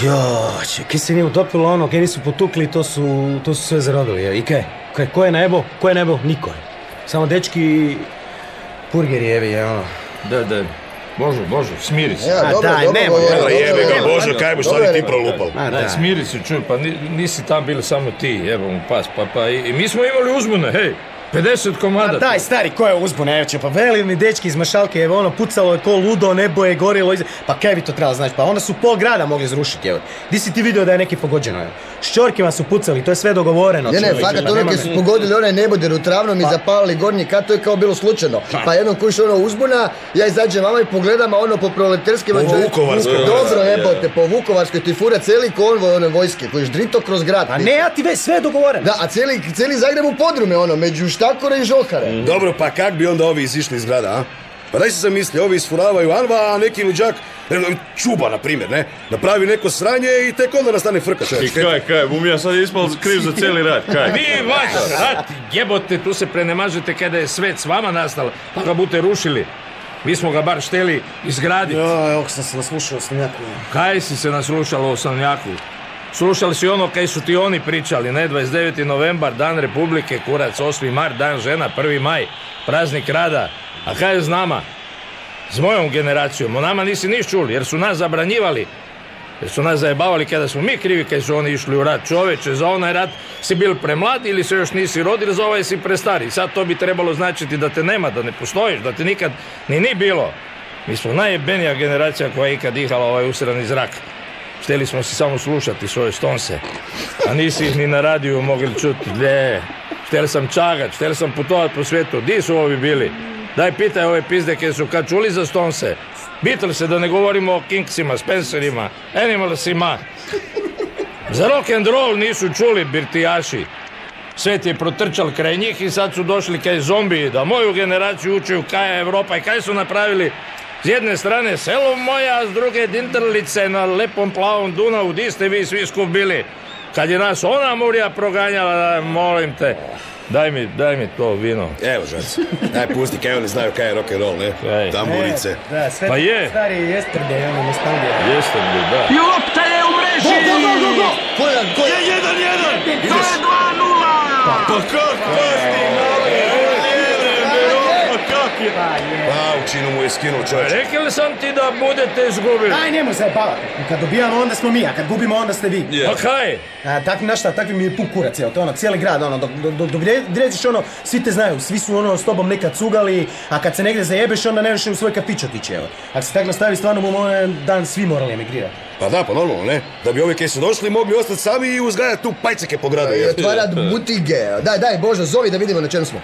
Speaker 7: Jo, če, kaj se nije utopilo ono, kaj nisu potukli, to su, to su sve zarobili. je. I kaj? Kaj, ko je nebo? Ko je nebo? Niko je. Samo dečki i purgerijevi, je ono.
Speaker 5: Da, da. Božo, Božo, smiri
Speaker 6: se. Ja, dobro, dobro govori, dobro
Speaker 5: jebe ga,
Speaker 6: govori.
Speaker 5: Božo, kaj buš
Speaker 6: Dobro
Speaker 5: sad
Speaker 6: je
Speaker 5: ti
Speaker 6: rekao.
Speaker 5: prolupal?
Speaker 6: A, da.
Speaker 5: Ne, smiri se, čuj, pa ni- nisi tam bili samo ti, evo mu pas, pa, pa i, i mi smo imali uzbune, hej, 50 komada.
Speaker 7: A Pa daj stari, ko je uzbune, evo će, pa veli mi dečki iz Mašalke, evo ono, pucalo je ko ludo, nebo je gorilo, iza... pa kaj bi to trebalo znači, pa onda su pol grada mogli zrušiti, evo. Di si ti vidio da je neki pogođeno, evo. Šćorkima su pucali, to je sve dogovoreno.
Speaker 6: Ne, ne,
Speaker 7: čovječe,
Speaker 6: fakat
Speaker 7: ma
Speaker 6: ono
Speaker 7: nema
Speaker 6: kad
Speaker 7: me.
Speaker 6: su pogodili onaj neboder u travnom i zapalili gornji kat, to je kao bilo slučajno. Pa jednom kuš ono uzbuna, ja izađem vama i pogledam, a ono po proletarski...
Speaker 8: Po Vukovarskoj.
Speaker 6: Dobro,
Speaker 8: Je.
Speaker 6: jebote, po Vukovarskoj ti fura cijeli konvoj one vojske, koji je drito kroz grad. A
Speaker 7: ne, ja ti već sve dogovoreno.
Speaker 6: Da, a cijeli, cijeli Zagreb u podrume, ono, među štakore i žokare.
Speaker 7: Mhm.
Speaker 8: Dobro, pa kak bi onda ovi izišli iz grada, a? Pa daj si zamisli, ovi isfuravaju Anva, a neki luđak, ne, ne, čuba, na primjer, ne? Napravi neko sranje i tek onda nastane frka,
Speaker 10: I
Speaker 8: čovječ.
Speaker 10: kaj, kaj, bom ja sad ispal kriv za cijeli rat, kaj?
Speaker 5: Vi vaš rat, jebote, tu se prenemažete kada je svet s vama nastalo, pa ga bute rušili. Mi smo ga bar šteli izgraditi.
Speaker 7: Ja, evo sam se naslušao sam jako.
Speaker 5: Kaj si se naslušalo o Sanjaku? Slušali si ono kaj su ti oni pričali, ne? 29. novembar, dan Republike, kurac, 8. mart, dan žena, 1. maj, praznik rada. A kaj je s nama? S mojom generacijom. O nama nisi niš čuli, jer su nas zabranjivali. Jer su nas zajebavali kada smo mi krivi kad su oni išli u rat. Čoveče, za onaj rat si bil premlad ili se još nisi rodil, za ovaj si prestari. Sad to bi trebalo značiti da te nema, da ne postojiš, da te nikad ni ni bilo. Mi smo najjebenija generacija koja je ikad dihala ovaj usrani zrak. Šteli smo si samo slušati svoje stonse, a nisi ih ni na radiju mogli čuti. Ne, štel sam čagat, štel sam putovat po svijetu, di su ovi bili? Daj pitaj ove pizde koje su kad čuli za stonse. Beatles se da ne govorimo o Kinksima, Spencerima, Animalsima. Za rock and roll nisu čuli birtijaši. Svet je protrčal kraj njih i sad su došli kaj zombiji da moju generaciju učuju kaj je Evropa i kaj su napravili. S jedne strane selo moje, a s druge dintrlice na lepom plavom Dunavu. Di ste vi svi skup bili? Kad je nas ona murija proganjala, daj, molim te, daj mi, daj mi to vino.
Speaker 8: Evo, žac, daj pusti, kaj oni znaju kaj je rock'n'roll, ne? Tamburice.
Speaker 7: E, Da, sve
Speaker 8: Pa je.
Speaker 7: stari yesterday, ono, nostalgija.
Speaker 5: Jeste bi, da.
Speaker 12: I lopta je u mreži!
Speaker 7: Go, go, go, go, go!
Speaker 6: Ko je, ko je?
Speaker 12: Je jedan, jedan! To
Speaker 10: Ideš.
Speaker 12: je dva nula!
Speaker 10: Pa kak, pasti, mali, pa kak je?
Speaker 8: Pa, učinu mu je skinuo čovječ.
Speaker 5: Rekel Pa sam ti da budete izgubili.
Speaker 7: Aj, nemoj se bavati. Kad dobijamo, onda smo mi, a kad gubimo, onda ste vi.
Speaker 5: Pa kaj?
Speaker 7: A, tak, znaš šta, takvi mi je puk kurac, evo, to je ono, cijeli grad, ono, dok, dok, dok dreziš, ono, svi te znaju, svi su, ono, s tobom nekad cugali, a kad se negdje zajebeš, onda ne više u svoj kafić otići, evo. Ako se tak nastavi, stvarno bomo onaj dan svi morali emigrirati.
Speaker 8: Pa da, pa normalno, ne? Da bi ovi kaj su došli mogli ostati sami i uzgajati tu pajceke po gradu.
Speaker 6: I
Speaker 8: jel?
Speaker 6: otvarat butige. Daj, daj, Božo, zovi da vidimo na čem smo.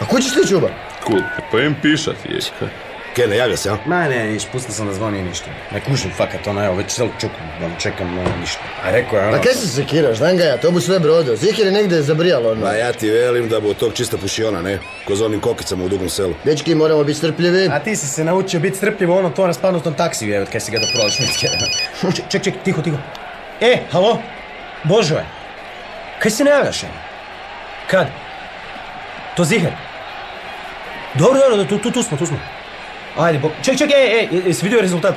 Speaker 6: A ko ćeš ti čuba?
Speaker 10: Kud, pa im pišat je.
Speaker 8: Kaj, ne javlja se, a?
Speaker 7: Ma ne, niš, pustio sam da zvoni i ništa. Ne kužim, fakat, ono, evo, već celu čukam, ono, čekam, ono, ništa. A rekao je, ono...
Speaker 6: A kaj se sekiraš, znam ga ja, to bu sve brodo. Zihir je negdje zabrijalo ono.
Speaker 8: Ma ja ti velim da bi od tog čista pušiona, ne? Ko za onim kokicama u dugom selu.
Speaker 6: Dečki, moramo biti strpljivi.
Speaker 7: A ti si se naučio biti strpljiv u onom tvom raspadnutom taksiju, evo, kaj si ga da prođeš nicke. Ček, ček, ček, tiho, tiho. E, halo? Božo je. Kaj se ne javljaš, evo? Kad? To ziher. Dobro, dobro, tu, tu, tu smo, tu smo. Ajde, bo... Ček, ček, ej, ej, jesi vidio rezultat?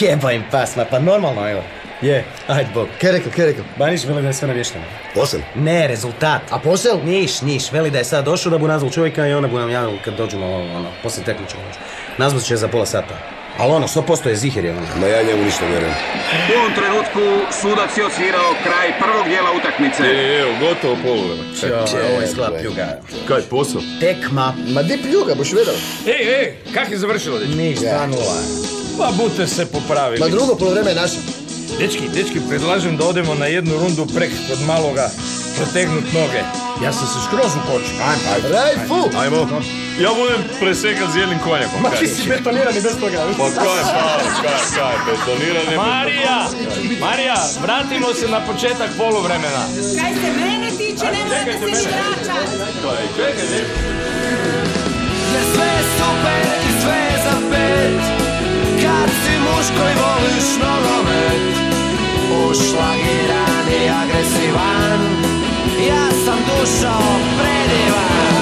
Speaker 7: Jeba im pas, ma pa normalno, evo. Je, ajde, bog.
Speaker 6: Kaj rekao, kaj rekao?
Speaker 7: Ba, niš, veli da je sve namješteno.
Speaker 8: Posel?
Speaker 7: Ne, rezultat.
Speaker 6: A posel?
Speaker 7: Niš, niš. Veli da je sad došao da bu nazvao čovjeka i onda bu nam javio kad dođemo, ono, poslije tekmičnog. Nazvat će za pola sata. Ali ono, 100% je ziher je ono.
Speaker 8: Ma ja njemu ništa vjerujem.
Speaker 12: U ovom trenutku sudac je osvirao kraj prvog dijela utakmice.
Speaker 10: Je, evo, gotovo polovreme.
Speaker 7: Čao, ovo je slab pljuga.
Speaker 10: Kaj, posao?
Speaker 7: Tekma.
Speaker 6: Ma di pljuga, boš vedel.
Speaker 5: Ej, ej, kak je završilo, dečki?
Speaker 7: Niš, dva nula.
Speaker 5: Pa bute se popravili.
Speaker 6: Ma drugo polovreme je naše.
Speaker 5: Dečki, dečki, predlažem da odemo na jednu rundu prek kod maloga, protegnut noge. Ja sam se skroz ukočio. Ajmo, ajmo.
Speaker 6: Rajfu!
Speaker 10: Ajmo. Ja budem presekan s jednim konjakom.
Speaker 7: Ma
Speaker 10: kaj?
Speaker 7: ti si betoniran i bez toga.
Speaker 10: Pa kaj, pa, kaj, kaj, betoniran je...
Speaker 5: Marija, Marija, vratimo se na početak poluvremena.
Speaker 9: Kaj se mene tiče, ne morate se ni vraćati.
Speaker 10: Kaj, čekaj, ne.
Speaker 9: Ne sve je super i sve je za pet Kad si muško i voliš nogomet Ušlagiran i agresivan Ja sam dušo predivan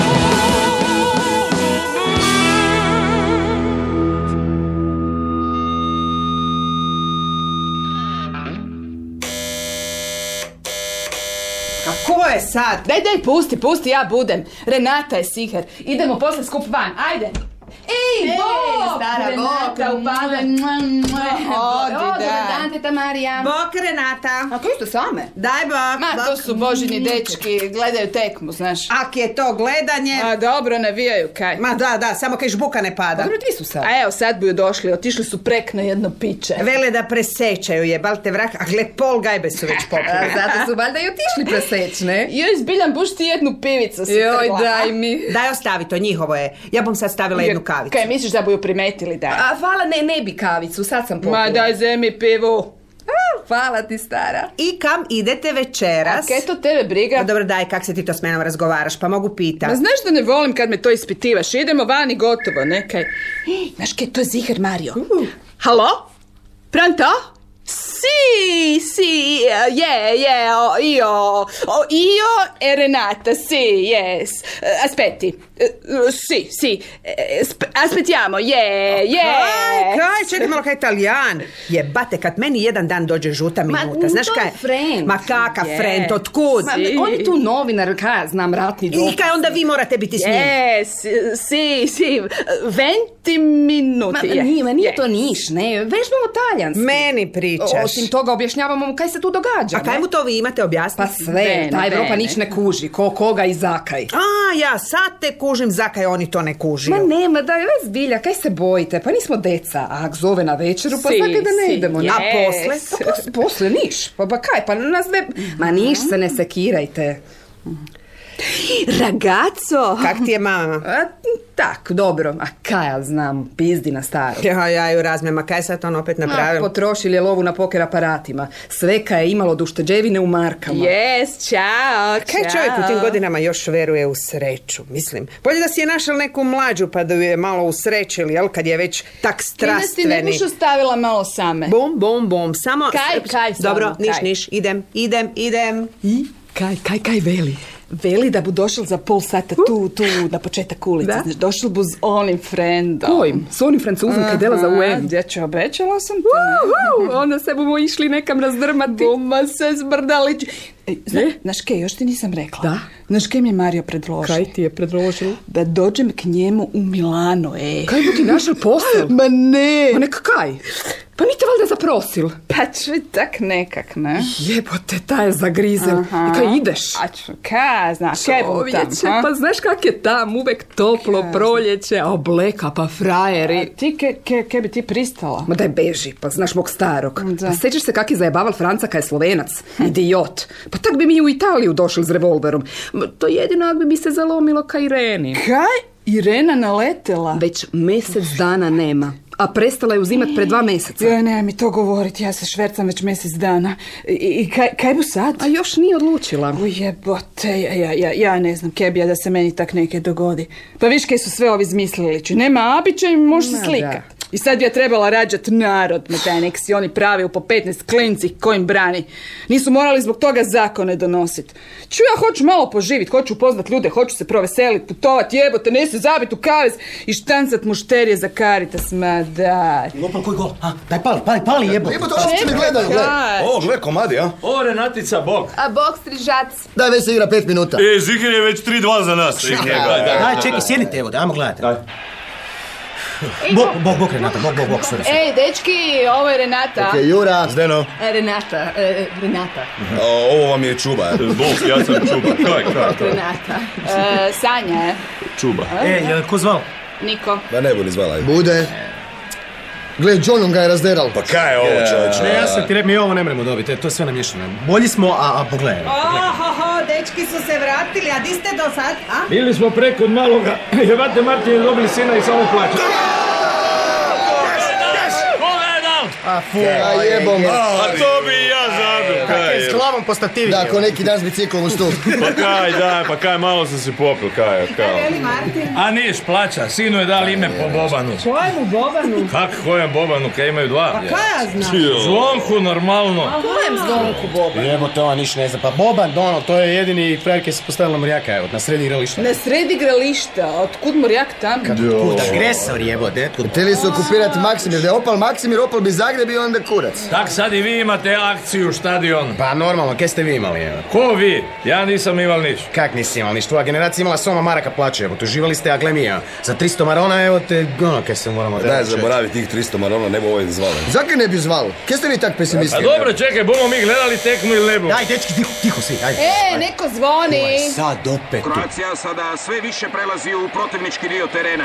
Speaker 3: Kako je sad? Daj, daj, pusti, pusti, ja budem. Renata je siher. Idemo posle skup van, ajde. Ej,
Speaker 14: Ej,
Speaker 3: Bog!
Speaker 14: stara,
Speaker 3: Renata
Speaker 14: Bog.
Speaker 3: upala. Odi,
Speaker 14: Odi,
Speaker 3: da.
Speaker 14: dan, teta Marija.
Speaker 3: Bok,
Speaker 14: Renata.
Speaker 3: A koji ste same?
Speaker 14: Daj, Bog.
Speaker 3: Ma, to su božini dečki, gledaju tekmu, znaš.
Speaker 4: Ak je to gledanje...
Speaker 3: A dobro, navijaju, kaj?
Speaker 4: Ma da, da, samo kaj žbuka ne pada.
Speaker 3: Dobro, di su sad? A evo, sad bi ju došli, otišli su prek na jedno piće.
Speaker 4: Vele da presečaju je, bal te vrah, a gle, pol gajbe su već popili.
Speaker 14: Zato su valjda i otišli preseć, ne?
Speaker 3: Joj, zbiljan, buš ti jednu pivicu si
Speaker 14: Joj,
Speaker 3: trgla.
Speaker 14: daj mi.
Speaker 4: Daj, ostavi to, njihovo je. Ja bom sad stavila jednu kavicu.
Speaker 3: Kaj, misliš da bi ju primetili, da?
Speaker 14: A, hvala, ne, ne bi kavicu, sad sam popila.
Speaker 3: Ma, daj, zemi pivu.
Speaker 14: A, Hvala ti, stara.
Speaker 4: I kam idete večeras?
Speaker 3: A kaj to tebe briga?
Speaker 4: Ma dobro, daj, kak se ti to s menom razgovaraš, pa mogu pitati.
Speaker 3: Ma znaš da ne volim kad me to ispitivaš, idemo van i gotovo, nekaj. Ej, Znaš kaj, to je zihar Mario.
Speaker 4: Uh.
Speaker 3: Halo? Pronto? Si, si, je, je, o, io, o, io e Renata, si, yes, Eh, aspetti, Eh, si, si, Eh, sp- aspettiamo, je, je.
Speaker 4: Kaj, kaj, čekaj malo kaj italijan. Jebate, kad meni jedan dan dođe žuta minuta, znaš
Speaker 14: to
Speaker 4: kaj?
Speaker 14: je friend.
Speaker 4: Ma kakav
Speaker 14: Je.
Speaker 4: friend, otkud?
Speaker 14: Ma, on je tu novinar, kaj ja znam, ratni dopis.
Speaker 4: I kaj onda vi morate biti s njim?
Speaker 3: Yes, si, si, 20
Speaker 14: Ma,
Speaker 3: minuti. je.
Speaker 14: nije, ma nije
Speaker 3: Je.
Speaker 14: to niš, ne, vežbamo talijanski.
Speaker 4: Meni pričaš.
Speaker 14: O- Osim toga objašnjavamo mu kaj se tu događa.
Speaker 4: A kaj
Speaker 14: ne?
Speaker 4: mu to vi imate
Speaker 14: Pa
Speaker 4: objasniti?
Speaker 14: sve, ta Evropa nič ne kuži, ko koga i zakaj.
Speaker 4: A, ja sad te kužim, zakaj oni to ne kužiju.
Speaker 14: Ma nema, da je zbilja, kaj se bojite? Pa nismo deca, a ak zove na večeru, pa
Speaker 3: Si,
Speaker 14: znate da ne
Speaker 3: si,
Speaker 14: idemo.
Speaker 3: yes.
Speaker 14: A posle? Pa pos- posle niš, pa, pa kaj, pa nas ne... Ma niš se ne sekirajte.
Speaker 3: Ragazzo!
Speaker 4: Kak ti je mama?
Speaker 14: A, tak, dobro, a kaj ja znam, pizdi na staro.
Speaker 4: Ja, ja ju razmem, a kaj sad on opet
Speaker 14: A,
Speaker 4: napravio?
Speaker 14: potrošili je lovu na poker aparatima. Sve kaj je imalo od ušteđevine u markama.
Speaker 3: Yes, ciao,
Speaker 4: Kaj čovjek u tim godinama još veruje u sreću, mislim. Bolje da si je našel neku mlađu pa da ju je malo usrećili, jel, kad je već tak
Speaker 3: Ti ne
Speaker 4: strastveni.
Speaker 3: biš ostavila malo same.
Speaker 4: Bom, bom, bom, samo...
Speaker 3: Kaj, kaj, stvarno,
Speaker 4: Dobro, niš,
Speaker 3: kaj?
Speaker 4: niš, idem, idem, idem.
Speaker 14: I kaj, kaj, kaj veli?
Speaker 3: Veli da bu došel za pol sata tu, tu, na početak ulice.
Speaker 14: Da?
Speaker 3: Znaš, došel bu s onim frendom.
Speaker 14: Kojim? S onim francuzom kaj dela za UN.
Speaker 3: Ja ću, obećala sam ti.
Speaker 14: Uhu, onda se bomo išli nekam razdrmati.
Speaker 3: Buma se zbrdali. E, zna- Znaš kaj, još ti nisam rekla. Da? Znaš kaj mi je Mario predložio?
Speaker 14: Kaj ti je predložilo?
Speaker 3: Da dođem k njemu u Milano, ej.
Speaker 14: Kaj bi ti našel posao?
Speaker 3: Ma ne.
Speaker 14: Pa nek kaj? Pa nite valjda zaprosil.
Speaker 3: Pa čuj, tak nekak, ne?
Speaker 14: Jebote, ta je zagrizen.
Speaker 3: Aha.
Speaker 14: I kaj ideš?
Speaker 3: A ću, kaj, znaš, kaj bu tam,
Speaker 14: Čovječe,
Speaker 3: ha?
Speaker 14: pa znaš kak je tam, uvek toplo, proljeće, a obleka, pa frajeri.
Speaker 3: A Ti, ke, ke, ke bi ti pristala?
Speaker 14: Ma daj beži, pa znaš mog starog.
Speaker 3: Da.
Speaker 14: Pa sećaš se kak je zajebaval Franca kaj je Slovenac? Idiot. Pa tak bi mi u Italiju došli s revolverom. Ma, To jedino ak bi mi se zalomilo kaj Ireni.
Speaker 3: Kaj? Irena naletela?
Speaker 14: Već mjesec dana nema, a prestala je uzimat pre dva mjeseca.
Speaker 3: Joj, ne mi to govorit, ja se švercam već mjesec dana. I, i kaj, kaj bu sad?
Speaker 14: A još nije odlučila.
Speaker 3: Ujebote, ja, ja, ja, ja ne znam kebija da se meni tak neke dogodi. Pa viš kaj su sve ovi zmislili, ću nema abića i može se
Speaker 14: Ma,
Speaker 3: slikat.
Speaker 14: da.
Speaker 3: I sad bi ja trebala rađat narod na taj nek si oni pravi po 15 klinci kojim brani. Nisu morali zbog toga zakone donosit. Ču ja hoću malo poživit, hoću upoznat ljude, hoću se proveselit, putovat, jebote, ne se zabit u kavez i štancat mušterije za karitas, ma da.
Speaker 7: Lopal koji gol? A, daj pali, pali, pali jebo.
Speaker 6: Jebote, uopće ne gledaju.
Speaker 3: Čekaj,
Speaker 8: O, gle, komadi, a?
Speaker 10: O, Renatica, bog.
Speaker 14: A bok strižac.
Speaker 6: Daj, već se igra pet minuta.
Speaker 10: E, Zihir je već 3-2 za nas. Ej, njega, da, da,
Speaker 7: Daj,
Speaker 10: da.
Speaker 7: čekaj, sjednite evo, da, ajmo gledati. Bok, bok, bok, Renata, bok, bok, bok, sorry. sorry.
Speaker 3: Ej, dečki, ovo je Renata.
Speaker 6: Okej, Jura.
Speaker 8: Zdeno,
Speaker 14: Renata, e, Renata.
Speaker 8: a, ovo vam je čuba. e.
Speaker 10: Bog, ja sam čuba. Kaj, kaj, kaj?
Speaker 14: Renata.
Speaker 3: E, Sanja je.
Speaker 10: Čuba.
Speaker 7: E, jel ko zvao?
Speaker 3: Niko.
Speaker 8: Da ne budi zvala. ajde.
Speaker 6: Bude. Gle, Johnom ga je razderal.
Speaker 8: Pa kaj je ovo, čovječe?
Speaker 7: Ne, ja sam ti rekao, mi ovo ne moramo dobiti, e, to je sve namješteno. Bolji smo, a, a pogledaj. evo.
Speaker 4: Ohoho, dečki su se vratili, a di ste do sad, a?
Speaker 12: Bili smo preko od maloga, jebate Martin je dobili sina i samo plaća.
Speaker 10: Pogledam!
Speaker 6: A jebom.
Speaker 5: Pa
Speaker 10: A to bi i ja zabil. Pa kaj je?
Speaker 7: po stativi.
Speaker 6: Da, ko neki dan s biciklom u stup.
Speaker 10: Pa kaj, daj, pa kaj, malo sam si popio, kaj je, kao.
Speaker 4: Martin?
Speaker 5: A niš plaća, sinu je dali ime po Bobanu.
Speaker 4: Kojemu Bobanu?
Speaker 5: Kak kojem Bobanu, kaj imaju dva?
Speaker 4: Pa kaj ja znam?
Speaker 5: Zvonku, normalno.
Speaker 4: Kojem zlomku Boban?
Speaker 7: Jebo to, niš ne zna. Pa Boban, ono, to je jedini frajer koji se postavila Marijaka, evo, na sredi igrališta.
Speaker 3: Na sredi igrališta, a otkud Morjak tamo?
Speaker 7: Kut, agresor jebo, detko.
Speaker 6: Htjeli su okupirati Maksimir, da je opal Maksimir, opal bi Zagreb i onda kurac.
Speaker 5: Tak sad i vi imate akciju štadion.
Speaker 7: Pa normalno, kaj ste vi imali, evo?
Speaker 5: Ko vi? Ja nisam imali niš.
Speaker 7: Kak nisi imali, niš tvoja generacija imala soma maraka plaće, evo, tuživali ste, a gle mi, evo, za 300 marona, evo te, ono, kaj se moramo...
Speaker 8: Daj, zaboravi tih 300 marona, ne bo ovaj zvali.
Speaker 6: Zakaj ne bi zvali? Kaj ste vi tak
Speaker 5: A
Speaker 6: pesimisti?
Speaker 5: dobro, čekaj, bomo mi gledali tekmu ili ne bomo?
Speaker 7: Daj, dečki, tiho, tiho svi, ajde. Ovaj,
Speaker 3: E, neko zvoni.
Speaker 7: Sad opet tu.
Speaker 12: Kroacija sada sve više prelazi u protivnički dio terena.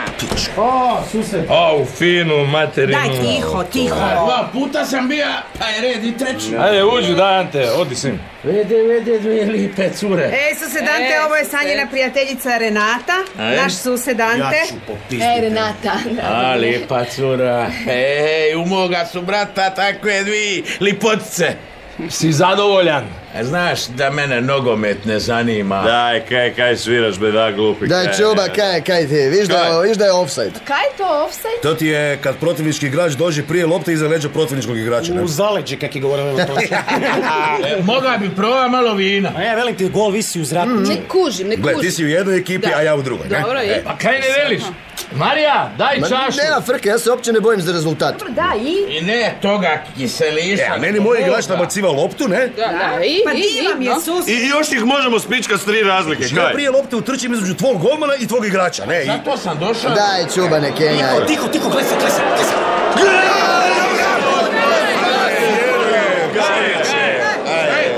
Speaker 5: O, sused. Au, finu materinu.
Speaker 3: pa,
Speaker 13: Dva puta sam bio, pa je red i treći.
Speaker 5: Ajde, uđi, daj Ante, odi sin.
Speaker 13: Vede, vede, dvije lipe cure.
Speaker 4: E, susedante, ovo je Sanjina prijateljica Renata,
Speaker 13: A je?
Speaker 4: naš susedante.
Speaker 13: Ja ću
Speaker 4: E, Renata.
Speaker 13: A, lipa cura. Ej, u moga su brata takve dvi lipotice. E,
Speaker 5: Si zadovoljan?
Speaker 13: Znaš da mene nogomet ne zanima.
Speaker 10: Daj, kaj, kaj sviraš, beda glupi.
Speaker 6: Daj, čoba, kaj, kaj ti, viš da, je- viš da je offside.
Speaker 3: Kaj je to offside?
Speaker 8: To ti je kad protivnički igrač dođe prije lopte iza leđa protivničkog igrača. Ne?
Speaker 7: U zaleđe, kak je govorio evo, to.
Speaker 13: E, Moga bi prova malo vina. Mm.
Speaker 7: A ja velim ti, gol visi u zraku.
Speaker 3: Ne kužim, ne kužim.
Speaker 8: Gle, ti si u jednoj ekipi,
Speaker 3: Da.
Speaker 8: a ja u drugoj. ne?
Speaker 3: Dobro je.
Speaker 8: E.
Speaker 5: Pa kaj ne veliš? Marija, daj
Speaker 6: Ma,
Speaker 5: čašu.
Speaker 6: nema frke, ja se uopće ne bojim za rezultat.
Speaker 3: Da, i?
Speaker 13: I ne toga kiseliša.
Speaker 8: E, a meni moj igrač nabaciva loptu, ne?
Speaker 3: Da, da, i,
Speaker 4: Pa
Speaker 3: i,
Speaker 4: di
Speaker 3: i,
Speaker 4: vam je
Speaker 3: no.
Speaker 4: sus?
Speaker 10: I još ih možemo spičkat s tri razlike,
Speaker 8: Znači, ja
Speaker 10: kaj?
Speaker 8: prije lopte utrčim između tvog golmana i tvog igrača, ne? E, I...
Speaker 13: Zato sam došao.
Speaker 6: Daj, čuba, ne kenjaj.
Speaker 7: Tiho, tiho, klesa, klesa, klesa.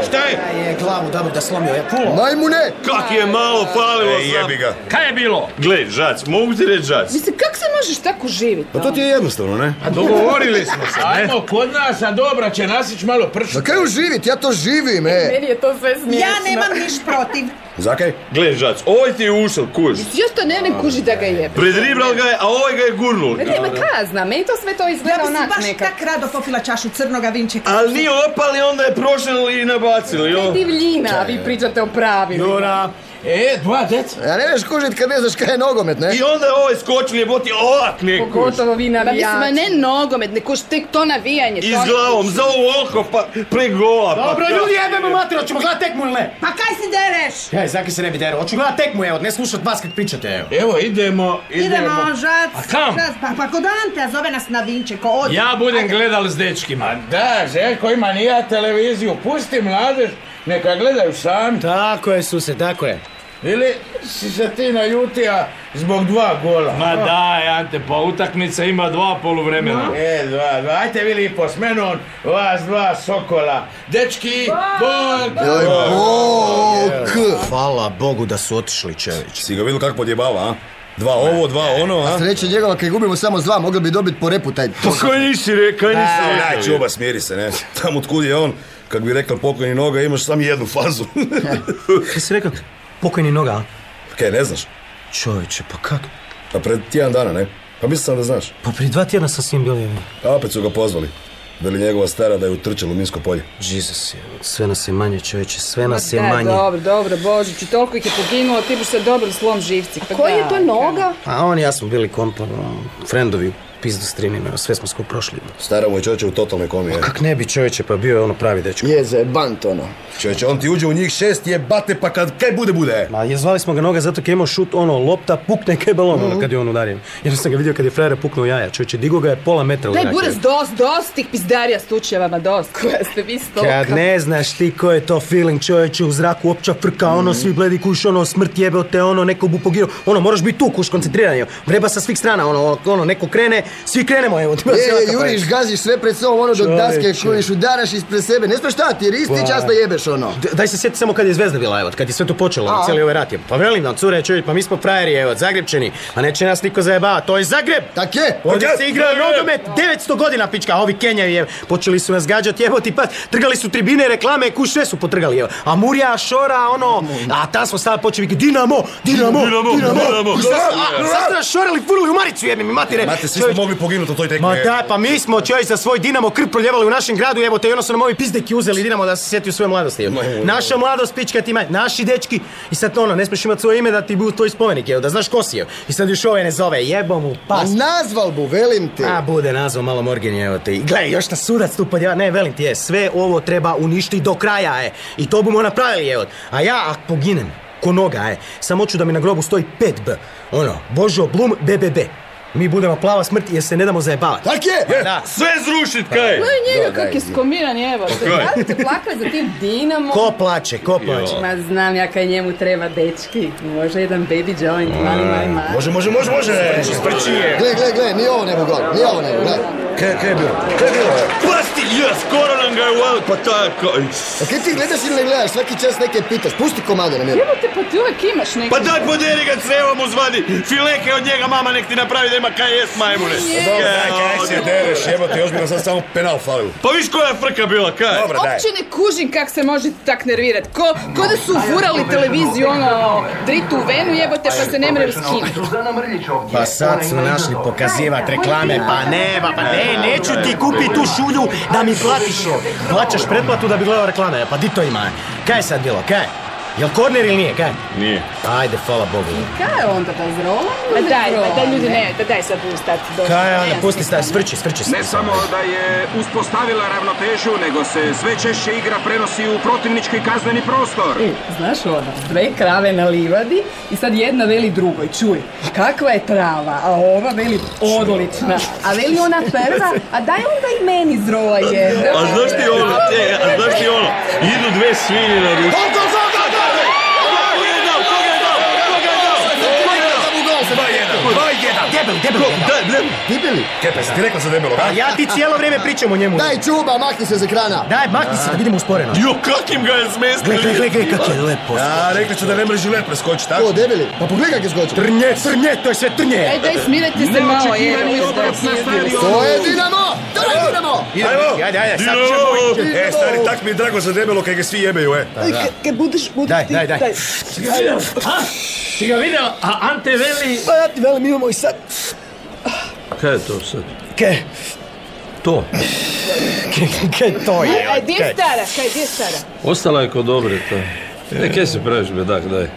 Speaker 10: Šta je?
Speaker 7: Je glavu dobro da slomio, je pulo.
Speaker 6: Majmune!
Speaker 10: Kak je malo falilo
Speaker 8: E,
Speaker 10: sam.
Speaker 8: jebi ga.
Speaker 5: Kaj je bilo?
Speaker 10: Gle, žac, mogu ti reći žac.
Speaker 3: Mislim, kak se možeš tako ono? živjeti?
Speaker 8: Pa to ti je jednostavno, ne?
Speaker 10: A dogovorili smo se, ne?
Speaker 13: Ajmo kod nas, a dobra će nasić malo pršuta.
Speaker 6: Ma Pa kaj uživit, ja to živim, e.
Speaker 3: Meni je to sve smiješno.
Speaker 4: Ja nemam niš protiv.
Speaker 8: Zakaj?
Speaker 10: Gle, žac, ovaj ti je ušao, kuž.
Speaker 3: Još to ne, ne kuži da ga jebe.
Speaker 10: Predribral ga je, a ovaj ga je gurnul.
Speaker 14: Ne, ma kaj ja znam, meni to sve to
Speaker 4: Ja
Speaker 14: izgleda
Speaker 4: bi si
Speaker 14: onak
Speaker 4: baš
Speaker 14: nekak.
Speaker 4: tak rado popila čašu crnoga vinčeka.
Speaker 10: Ali nije opali, onda je prošel i nabacili, jo?
Speaker 14: Divljina, a vi pričate o pravilu.
Speaker 13: E, dva deca.
Speaker 6: Ja ne veš kužit kad ne znaš kaj je nogomet, ne?
Speaker 10: I onda je ovaj skočil je boti ovak nek kuž.
Speaker 14: Pogotovo vi
Speaker 3: Pa mislim, ma
Speaker 14: navijači.
Speaker 3: ne nogomet, ne kuži, tek to navijanje.
Speaker 10: I
Speaker 3: to
Speaker 10: s
Speaker 3: ono-
Speaker 10: glavom, za ovo oko, pa pre gola. pa
Speaker 7: Dobro,
Speaker 10: ka-
Speaker 7: ljudi, jebemo mater, hoćemo gledat tekmu ili ne?
Speaker 4: Pa kaj si dereš?
Speaker 7: Kaj, zakaj se ne bi derao? Hoću gledat tekmu, evo, ne slušat vas kad pričate, evo.
Speaker 13: Evo, idemo, idemo.
Speaker 4: Idemo, žac,
Speaker 5: kam?
Speaker 4: žac, pa, pa kod Ante, a zove nas na vinčeko, odi.
Speaker 5: Ja budem gledal s dečkima.
Speaker 13: Da, Željko ima ni ja televiziju, pusti mladež, neka gledaju sami.
Speaker 7: Tako je, suse, tako je.
Speaker 13: Ili si se ti naljutija zbog dva gola?
Speaker 5: Ma daj, Ante, pa utakmica ima dva poluvremena.
Speaker 13: E, dva, dva, ajte vi lipo s menom, vas dva sokola. Dečki, gol!
Speaker 6: Joj, bok!
Speaker 7: Hvala Bogu da su otišli, čević.
Speaker 8: Si ga vidio kako podjebava, a? Dva ovo, dva ono, a?
Speaker 6: Sreće njegova, kaj gubimo samo s dva, mogli bi dobit po repu taj.
Speaker 10: Pa kaj nisi rekao, kaj nisi
Speaker 8: A,
Speaker 10: rekao.
Speaker 8: Daj, čuba, smiri se, ne? Tamo otkud je on, kak bi rekao pokojni noga, imaš samo jednu fazu.
Speaker 7: Kaj si rekao? Pokojni noga, a?
Speaker 8: Kaj, ne znaš?
Speaker 7: Čovječe, pa kak?
Speaker 8: Pa pred tjedan dana, ne? Pa mislio sam da znaš.
Speaker 7: Pa prije dva tjedna sam s njim bio je.
Speaker 8: A opet su ga pozvali. Veli njegova stara da je utrčala u minsko polje.
Speaker 7: Jesus, je, sve nas je manje, čovječe, sve
Speaker 3: Pa
Speaker 7: nas je
Speaker 14: Da,
Speaker 7: manje.
Speaker 14: dobro, dobro, Božiću, toliko ih je poginulo, ti biš se dobro slom živci. Pa
Speaker 3: Koji je
Speaker 14: daj,
Speaker 3: to noga?
Speaker 7: A Pa on i ja smo bili kompa, ono, friendovi, pizdu strinimo, evo, sve smo skup prošli.
Speaker 8: Stara mu je čoče u totalnoj komi, je.
Speaker 7: Kak ne bi čovječe, pa bio je ono pravi dečko.
Speaker 6: Je, zajebant ono.
Speaker 8: Čovječe, on ti uđe u njih šest jebate, pa kad kaj bude, bude, e.
Speaker 7: Ma je zvali smo ga noga zato kad je imao šut, ono, lopta, pukne kaj balon, ono, kad je on udario. Jer sam ga vidio kad je frajera puknuo jaja, čovječe, digo ga je pola metra u
Speaker 3: Daj,
Speaker 7: zrak,
Speaker 3: Buras,
Speaker 7: je.
Speaker 3: dost, dost tih pizdarija s tučevama, dost. Koja ste vi stoka?
Speaker 7: Kad ne znaš ti ko je to feeling čovječe u zraku, opća frka,
Speaker 8: Mm-hmm.
Speaker 7: ono, svi bledi kuš, ono, smrt jebe te, ono, neko bu pogirao, ono, moraš biti tu kuš, koncentriran je, vreba sa svih strana, ono, ono, neko krene, svi krenemo, evo, ti
Speaker 6: Je, je, juriš, gaziš sve pred sobom, ono dok daske
Speaker 7: Čovječe.
Speaker 6: kojiš, udaraš ispred sebe, ne smiješ stati jer isti
Speaker 7: Pa.
Speaker 6: čas da jebeš ono.
Speaker 7: D- Daj se sjeti samo kad je Zvezda bila, evo, kad je sve to počelo,
Speaker 6: A.
Speaker 7: cijeli ovaj rat je. Pa velim vam, cure, čovjek, pa mi smo frajeri, evo, Zagrebčani, a neće nas niko zajebavati, to je Zagreb!
Speaker 6: Tak je!
Speaker 7: Ovdje
Speaker 8: Ok,
Speaker 7: se igra nogomet 900 godina pička, a ovi Kenjaju je, počeli su nas gađati, evo ti pa, trgali su tribine, reklame, kuš sve su potrgali, evo. A Murija, Šora, ono, a tam smo sada počeli vikati, Dinamo, Dinamo,
Speaker 10: Dinamo,
Speaker 7: Dinamo,
Speaker 10: Dinamo.
Speaker 7: Dinamo. Sad su nas šorali, furali u Maricu, jebim mi, matire.
Speaker 8: Mate, svi smo
Speaker 7: Čovječe,
Speaker 8: mogli poginuti u toj tekmi.
Speaker 7: Ma da, pa mi smo čovječ za svoj Dinamo krv proljevali u našem gradu, evo te, i ono su nam ovi pizdeki uzeli Dinamo da se sjeti u svoje mladosti. evo. Naša mladost, pička ti maj, naši dečki, i sad ono, ne smiješ imati svoje ime da ti budu tvoj spomenik, evo, da znaš ko si, evo. I sad još ovaj ne zove, jebo mu pas.
Speaker 6: nazval bu, velim ti.
Speaker 7: A, bude nazvao malo Morgan, evo ti. Gle, još na sudac tu podjava, ne, velim ti, je, sve ovo treba uništiti do kraja, e. I to bumo napravili, evo. A ja, ak poginem, ko noga, e, samo ću da mi na grobu stoji 5B, ono, Božo Blum, BBB. Mi budemo plava smrt jer se ne damo zajebavati. Pa,
Speaker 6: Tak je!
Speaker 5: Sve zrušit,
Speaker 7: kaj?
Speaker 3: Gle njega kak je skomiran, evo.
Speaker 7: Pa kaj?
Speaker 14: Da li će plakat za tim Dinamo?
Speaker 7: Ko plače, ko plače?
Speaker 14: Ma znam ja kaj njemu treba, dečki. Može jedan baby joint, mali, mali, mali.
Speaker 8: Može, može, može, može. Sprči je.
Speaker 6: Gle, gle, gle, ni ovo nego gol, ni ovo nego, gle.
Speaker 8: Kaj, kaj je bilo? Kaj je bilo?
Speaker 10: Pasti, ja, skoro nam ga je uval, pa tako.
Speaker 6: A kaj ti gledaš ili ne gledaš, svaki čas neke pitaš, pusti komado na miru.
Speaker 3: Evo te, pa ti uvijek imaš neki...
Speaker 10: Pa daj poderi ga crevo mu zvadi, fileke od njega mama nek ti napravi da ima KS majmune.
Speaker 8: Pa Dobro, daj, kaj se dereš, jebote, još bi nam sad samo penal falio.
Speaker 10: Pa viš koja frka bila, kaj?
Speaker 8: Dobro, daj.
Speaker 3: Uopće ne kužim kak se može tak nervirat. Ko, ko da su ufurali televiziju, ono, dritu u venu jebote pa se ne mreju skinuti.
Speaker 7: Pa sad su našli pokazivat reklame, pa ne, pa, pa ne, neću ti kupiti tu šulju da mi platiš ovo. Plaćaš pretplatu da bi gledao reklame, pa di to ima? Kaj je sad bilo, kaj? Jel korner ili nije, kaj?
Speaker 10: Nije.
Speaker 7: Ajde, hvala Bogu.
Speaker 14: Kaj je onda, pa zrola?
Speaker 3: Ma daj, ma daj ljudi ne, da daj sad ustati. dosta.
Speaker 7: Kaj je onda, pusti staj, svrči, svrči.
Speaker 12: Ne samo da je uspostavila ravnotežu, nego se sve češće igra prenosi u protivnički kazneni prostor.
Speaker 14: E, znaš ono, dve krave na livadi i sad jedna veli drugoj, čuj, kakva je trava, a ova veli odlična, a veli ona prva, a daj onda i meni zrola jedna.
Speaker 10: A znaš ti ono, te, a znaš ti ono, idu dve svinje na ručku.
Speaker 6: Gol, gol, gol, gol, gol!
Speaker 10: Koga je dao, koga je dao, koga je dao? Koga je dao?
Speaker 8: Dva jedan, dva jedan.
Speaker 7: Debel, debel, debel.
Speaker 10: Daj, daj.
Speaker 6: Debeli.
Speaker 8: Kepe, si ti rekla za debelo,
Speaker 7: Pa
Speaker 8: a?
Speaker 7: ja ti cijelo vrijeme pričam o njemu.
Speaker 6: Daj čuba, makni se iz ekrana.
Speaker 7: Daj, makni se da vidimo usporeno.
Speaker 10: Jo, kakim ga je
Speaker 7: Gle, gle,
Speaker 10: zmestili.
Speaker 7: gle, gle, kako je lepo.
Speaker 8: A, rekli su da ne mreži lep preskoči, tako?
Speaker 6: Ko, debeli? Pa pogledaj kak je zgođen.
Speaker 7: Trnje, trnje, to je sve trnje.
Speaker 3: Aj daj smirajte se malo,
Speaker 12: Neočekivani
Speaker 3: evo.
Speaker 12: obrat na stadionu.
Speaker 8: ono.
Speaker 6: To je Dinamo! Daj Dinamo!
Speaker 7: Ajde, ajde, ajde, sad ćemo
Speaker 10: Dinamo!
Speaker 7: ići.
Speaker 8: E, stari, tak mi je drago za debelo kaj ga svi jebeju, e.
Speaker 4: Kad budeš, budeš
Speaker 7: Daj, daj, daj.
Speaker 15: Si ga vidio, a Ante veli...
Speaker 4: Pa ja ti velim, imamo i sad.
Speaker 10: Kaj je to sad?
Speaker 7: Kaj,
Speaker 10: To.
Speaker 7: kaj- kaj to
Speaker 14: E,
Speaker 7: je?
Speaker 3: Aj, gdje je
Speaker 7: Kaj?
Speaker 3: stara, kaj, gdje je stara?
Speaker 10: Ostala je kod dobre to. E, kaj se praviš, bedak, daj.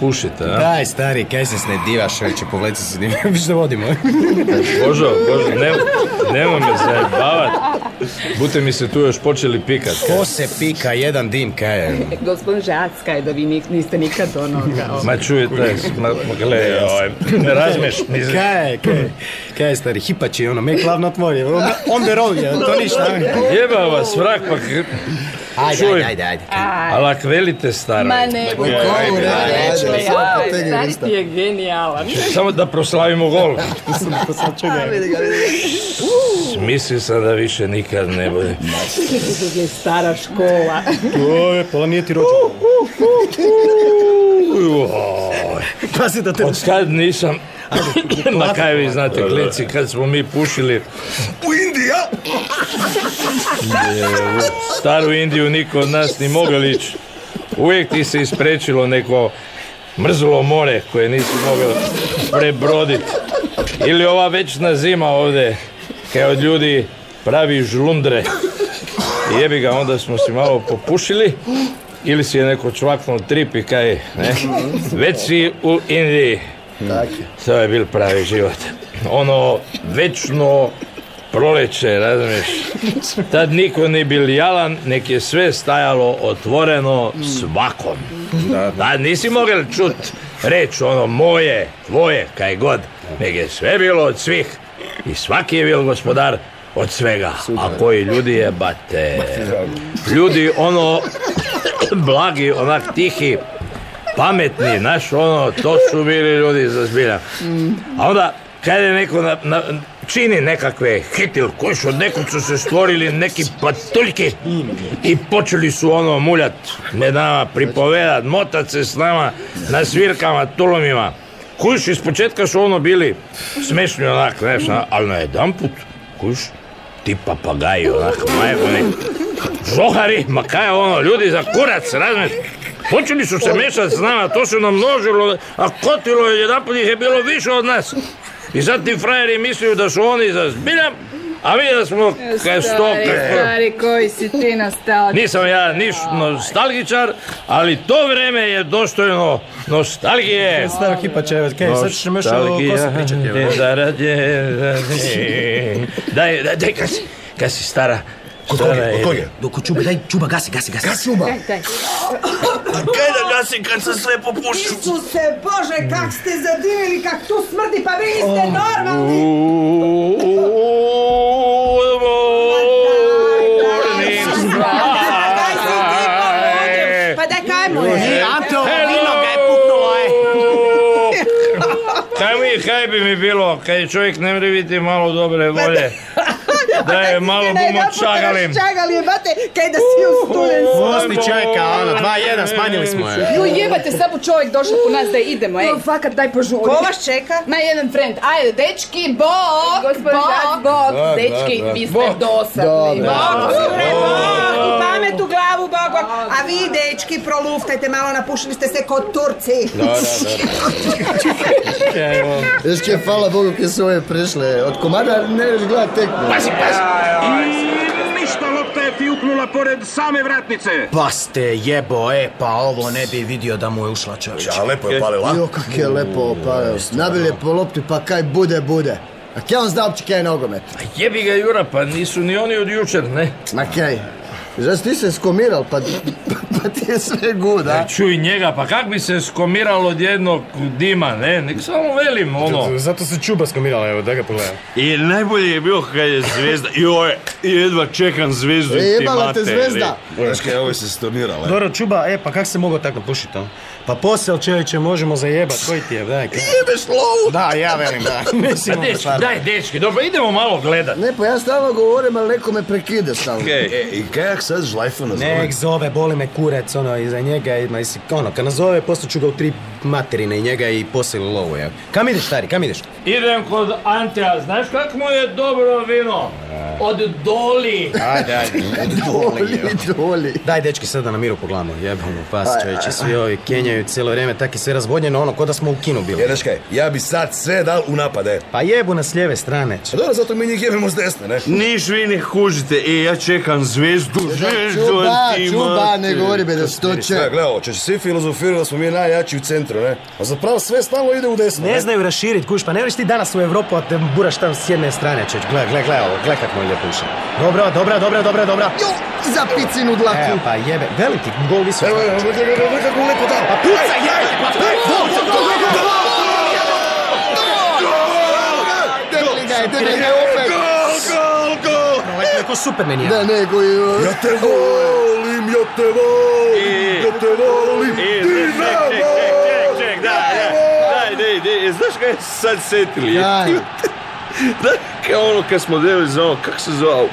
Speaker 10: Pušite, a?
Speaker 7: Daj, stari, kaj se ne divaš, već povleci se divaš, viš da vodimo.
Speaker 5: Božo, Božo, ne, nemoj me zajebavat. Bute mi se tu još počeli pikat. kaj.
Speaker 7: Ko se pika jedan dim, kaj je?
Speaker 14: E, Gospodin Žacka je da vi ni- niste nikad ono onoga.
Speaker 5: Ma čujete, ma, ma gle, ovaj, ne razmeš, mislim.
Speaker 7: Kaj, kaj, kaj je stari, hipači, ono, me glavno otvori, on, on the road, je, to ništa.
Speaker 5: Jeba vas vrak, pa... k-
Speaker 7: Ajde,
Speaker 5: Čuj.
Speaker 7: ajde, ajde, ajde.
Speaker 5: Ali ak velite stara.
Speaker 3: Ma ne,
Speaker 6: Ko, ne, ajde,
Speaker 14: Aj,
Speaker 6: sad potegni
Speaker 14: Stari
Speaker 6: lista.
Speaker 14: ti je genijalan.
Speaker 5: Samo da proslavimo gol.
Speaker 6: Vidi ga, vidi ga.
Speaker 5: Mislio sam da više nikad ne bude.
Speaker 14: Je stara škola.
Speaker 2: Ove, pa nije ti rođen.
Speaker 5: Joj,
Speaker 7: Pazi da te...
Speaker 5: Od kad nisam... Ma kaj vi znate, klinci, kad smo mi pušili
Speaker 8: U Indija!
Speaker 5: u staru Indiju, niko od nas ni mogel ići. Uvijek ti se isprečilo neko mrzlo more koje nisi mogel prebroditi. Ili ova večna zima ovdje, kaj od ljudi pravi žlundre. Jebi ga, onda smo si malo popušili. Ili si je neko čvaknuo trip i kaj, ne? Već si u Indiji. To je bil pravi život. Ono večno proleće, razumiješ? Tad niko ni bil jalan, nek je sve stajalo otvoreno svakom. Tad nisi mogel čut reći ono moje, tvoje, kaj god. Nek je sve bilo od svih i svaki je bio gospodar od svega. A koji ljudi je, bate, ljudi ono blagi, onak tihi, pametni, znaš, ono, to su bili ljudi za zbilja. A onda, kad je neko na, na- čini nekakve hitil, koji su od nekud su se stvorili neki patuljki i počeli su ono muljat med nama, pripovedat, motat se s nama na svirkama, tulomima. Kuš, ispočetka su ono bili smešni onak, znaš, a- ali na jedan put, kuš, ti papagaji onak, majko, Zohari, ma kaj je ono, ljudi za kurac, razumiješ? Počeli su se mešati s nama, to se namnožilo, a kotilo je, jedanput ih je bilo više od nas. I sad ti frajeri misliju da su oni za zbilja, a mi da smo
Speaker 3: E,
Speaker 5: kaj stop.
Speaker 14: Stari, stari, koji si ti nastao?
Speaker 5: Nisam ja niš nostalgičar, ali to vreme je dostojno nostalgije.
Speaker 7: Staro kipa će, kaj, sad ćeš još o
Speaker 5: Nostalgija,
Speaker 7: kosi pričati. evo.
Speaker 5: ne zarade, Daj, daj, daj, kad si- kad si stara. stara je.
Speaker 15: Doko čuba, daj čuba, gasi, gasi, gasi. Gasi čuba.
Speaker 8: Pa
Speaker 10: Kaj da gasim kad sam sve popušio?
Speaker 16: Isuse Bože, kak ste zadivili, kak tu smrdi, pa vi niste normalni!
Speaker 9: Pa daj kaj mu
Speaker 5: je? Anto, vino
Speaker 9: ga je puknulo, je.
Speaker 5: Kaj mi, kaj bi mi bilo, kaj čovjek ne mre biti malo dobre volje. Da je malo bumo čagalim.
Speaker 16: Čagali, bate, kaj da si u studencu.
Speaker 7: Pusti čovjeka, ono, 2-1, smanjili smo je.
Speaker 14: Ju jebate, samo čovjek došao po nas da idemo, ej. No, fakat, daj požuri.
Speaker 16: Ko vas čeka?
Speaker 14: Ma jedan friend. Ajde, dečki, bok, bok,
Speaker 16: Da,
Speaker 14: bok. Dečki,
Speaker 16: da, da.
Speaker 14: vi ste dosadni.
Speaker 16: Bog, sure,
Speaker 14: Bok.
Speaker 16: Bog, i pamet u glavu, Bog, Bog. A vi, dečki, proluftajte malo, napušili ste se kod Turci.
Speaker 6: Da, da, Još će, hvala Bogu, kje su ove prešle. Od komada ne još gledat tekmu.
Speaker 12: I ništa, lopta je fjuknula pored same vratnice.
Speaker 15: Pa ste jebo, e, pa ovo ne bi vidio da mu je ušla čovječ.
Speaker 6: Ja,
Speaker 16: Pa
Speaker 6: lepo je palila. Jo, kak je lepo opalio. Nabil je po lopti, pa kaj bude, bude. A kje on zna uopće kaj je nogomet?
Speaker 5: Jebi ga Jura, pa nisu ni oni od jučer, ne?
Speaker 6: Ma kaj, Znaš, ti se skomiral, pa, pa ti je sve good, a?
Speaker 5: Čuj njega, pa kak bi se skomiralo od jednog dima, ne? Nek samo velim, ono.
Speaker 10: Zato se čuba skomirala, evo, da ga pogledam. I najbolje je bilo kad je zvezda, joj, jedva čekam
Speaker 8: E,
Speaker 10: zvezdu. iz Timate, re.
Speaker 8: Znaš kaj, ovo se stornirala.
Speaker 7: Doro Čuba, e, pa kak se mogao tako pušiti, a? Pa posel čovječe možemo zajebat, koji ti je, daj. kaj?
Speaker 6: Jebeš lovu!
Speaker 7: Da, ja velim, da. Mislim,
Speaker 5: Pa dečki, daj dečki, dobro, idemo malo gledat.
Speaker 6: Ne, pa ja stalno govorim, ali neko me prekide stalno.
Speaker 8: E, i kajak sad žlajfa nazove?
Speaker 7: Nek zove, boli me kurec, ono, iza njega, i, ma, jesi, ono, kad nazove, poslat ću ga u tri materine i njega i posel lovu, ja. Kam ideš, stari, kam ideš?
Speaker 5: Idem kod Antea, znaš kak mu je dobro vino? Od doli.
Speaker 7: Ajde, ajde, doli,
Speaker 6: doli.
Speaker 7: Daj, dečki, sada na miru pogledamo, jebamo, pas, čovječe, svi ovi kenjaju cijelo vrijeme, tak je sve razvodnjeno, ono, ko da smo u kinu bili.
Speaker 8: Ja, E, znaš kaj, ja bi sad sve dal u napade.
Speaker 7: Pa jebu nas s lijeve strane.
Speaker 8: A dobro, zato mi njih jebemo s desne, ne?
Speaker 10: Niš vi ne kužite, e, ja čekam zvezdu, zvezdu,
Speaker 6: čuba,
Speaker 10: iz
Speaker 6: čuba, ne
Speaker 10: Timate.
Speaker 6: govori be da se to
Speaker 8: Šta,
Speaker 6: čeka.
Speaker 8: gle, ovo, ćeš svi filozofirati da smo mi najjači u centru, ne? A zapravo sve stalno ide u desno,
Speaker 7: Ne znaju raširiti, kuš, pa ne vreš ti danas u Europu, a te buraš tam s jedne strane, čovječ. Gle, gle, gle, ovo, gle kako je lijepo išlo. Dobro, dobro, dobro, dobro, dobro.
Speaker 6: Jo, za picinu dlaku.
Speaker 7: Evo, pa jebe, velim ti, gol visoko. Evo, evo,
Speaker 6: Pa
Speaker 7: puca, jebe, pa
Speaker 6: Debeli ga je, debeli ga je opet.
Speaker 10: Gol, gol!
Speaker 7: Ono, Neko Superman je.
Speaker 6: Ne, nego je...
Speaker 8: Ja te volim, ja te volim, ja te volim,
Speaker 10: E,
Speaker 8: ti
Speaker 10: ček,
Speaker 8: me
Speaker 10: ček, ček, ček, ček, da, da, daj, daj, daj, e, znaš kaj je sad setili?
Speaker 6: Daj.
Speaker 10: Da, kao ono kad smo delili za ono, kak se zvao?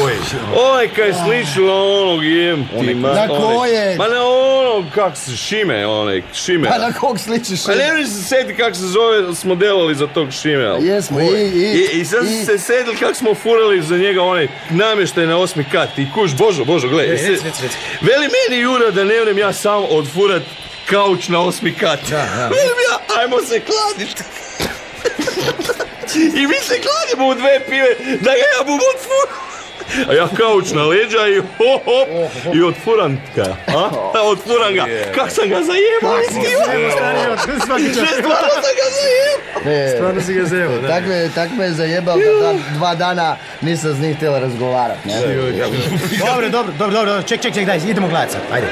Speaker 10: Koje? Ovaj kaj je sličilo na onog jem ti, ma,
Speaker 6: Na
Speaker 10: onaj-
Speaker 6: kojeg?
Speaker 10: Ma na onog, kak se, Šime, onaj, Šime.
Speaker 6: Pa na kog sličiš?
Speaker 10: Pa ne mi se sjeti kak se zove, smo delali za tog Šime. ali-
Speaker 6: Jesmo, i, i,
Speaker 10: I, i sad
Speaker 6: i-
Speaker 10: se sjetili kak smo furali za njega onaj namještaj na osmi kat i kuš, božo, božo, gledaj.
Speaker 7: E,
Speaker 10: jesi-
Speaker 7: reci, reci, reci.
Speaker 10: Veli meni Jura da ne vrem ja sam odfurat kauč na osmi kat. Velim ja, ajmo se kladit. I mi se kladimo u dve pive da ga ja bom odfurat. A ja kauč na leđa i hop, hop, i otfuran ga, a? Otfuran ga, kak sam ga zajebao,
Speaker 6: Kak si ga
Speaker 10: iskivao.
Speaker 6: zajebao, stari, od- svaki čas.
Speaker 10: Stvarno sam ga zajebao.
Speaker 6: Ne,
Speaker 7: Stvarno si ga zajebao, da.
Speaker 6: Tak me, tak me je zajebao da dan- dva dana nisam s njih htjela razgovarati.
Speaker 7: Dobro, dobro, dobro, dobro, ček, ček, ček, daj, idemo gledat sad, ajde.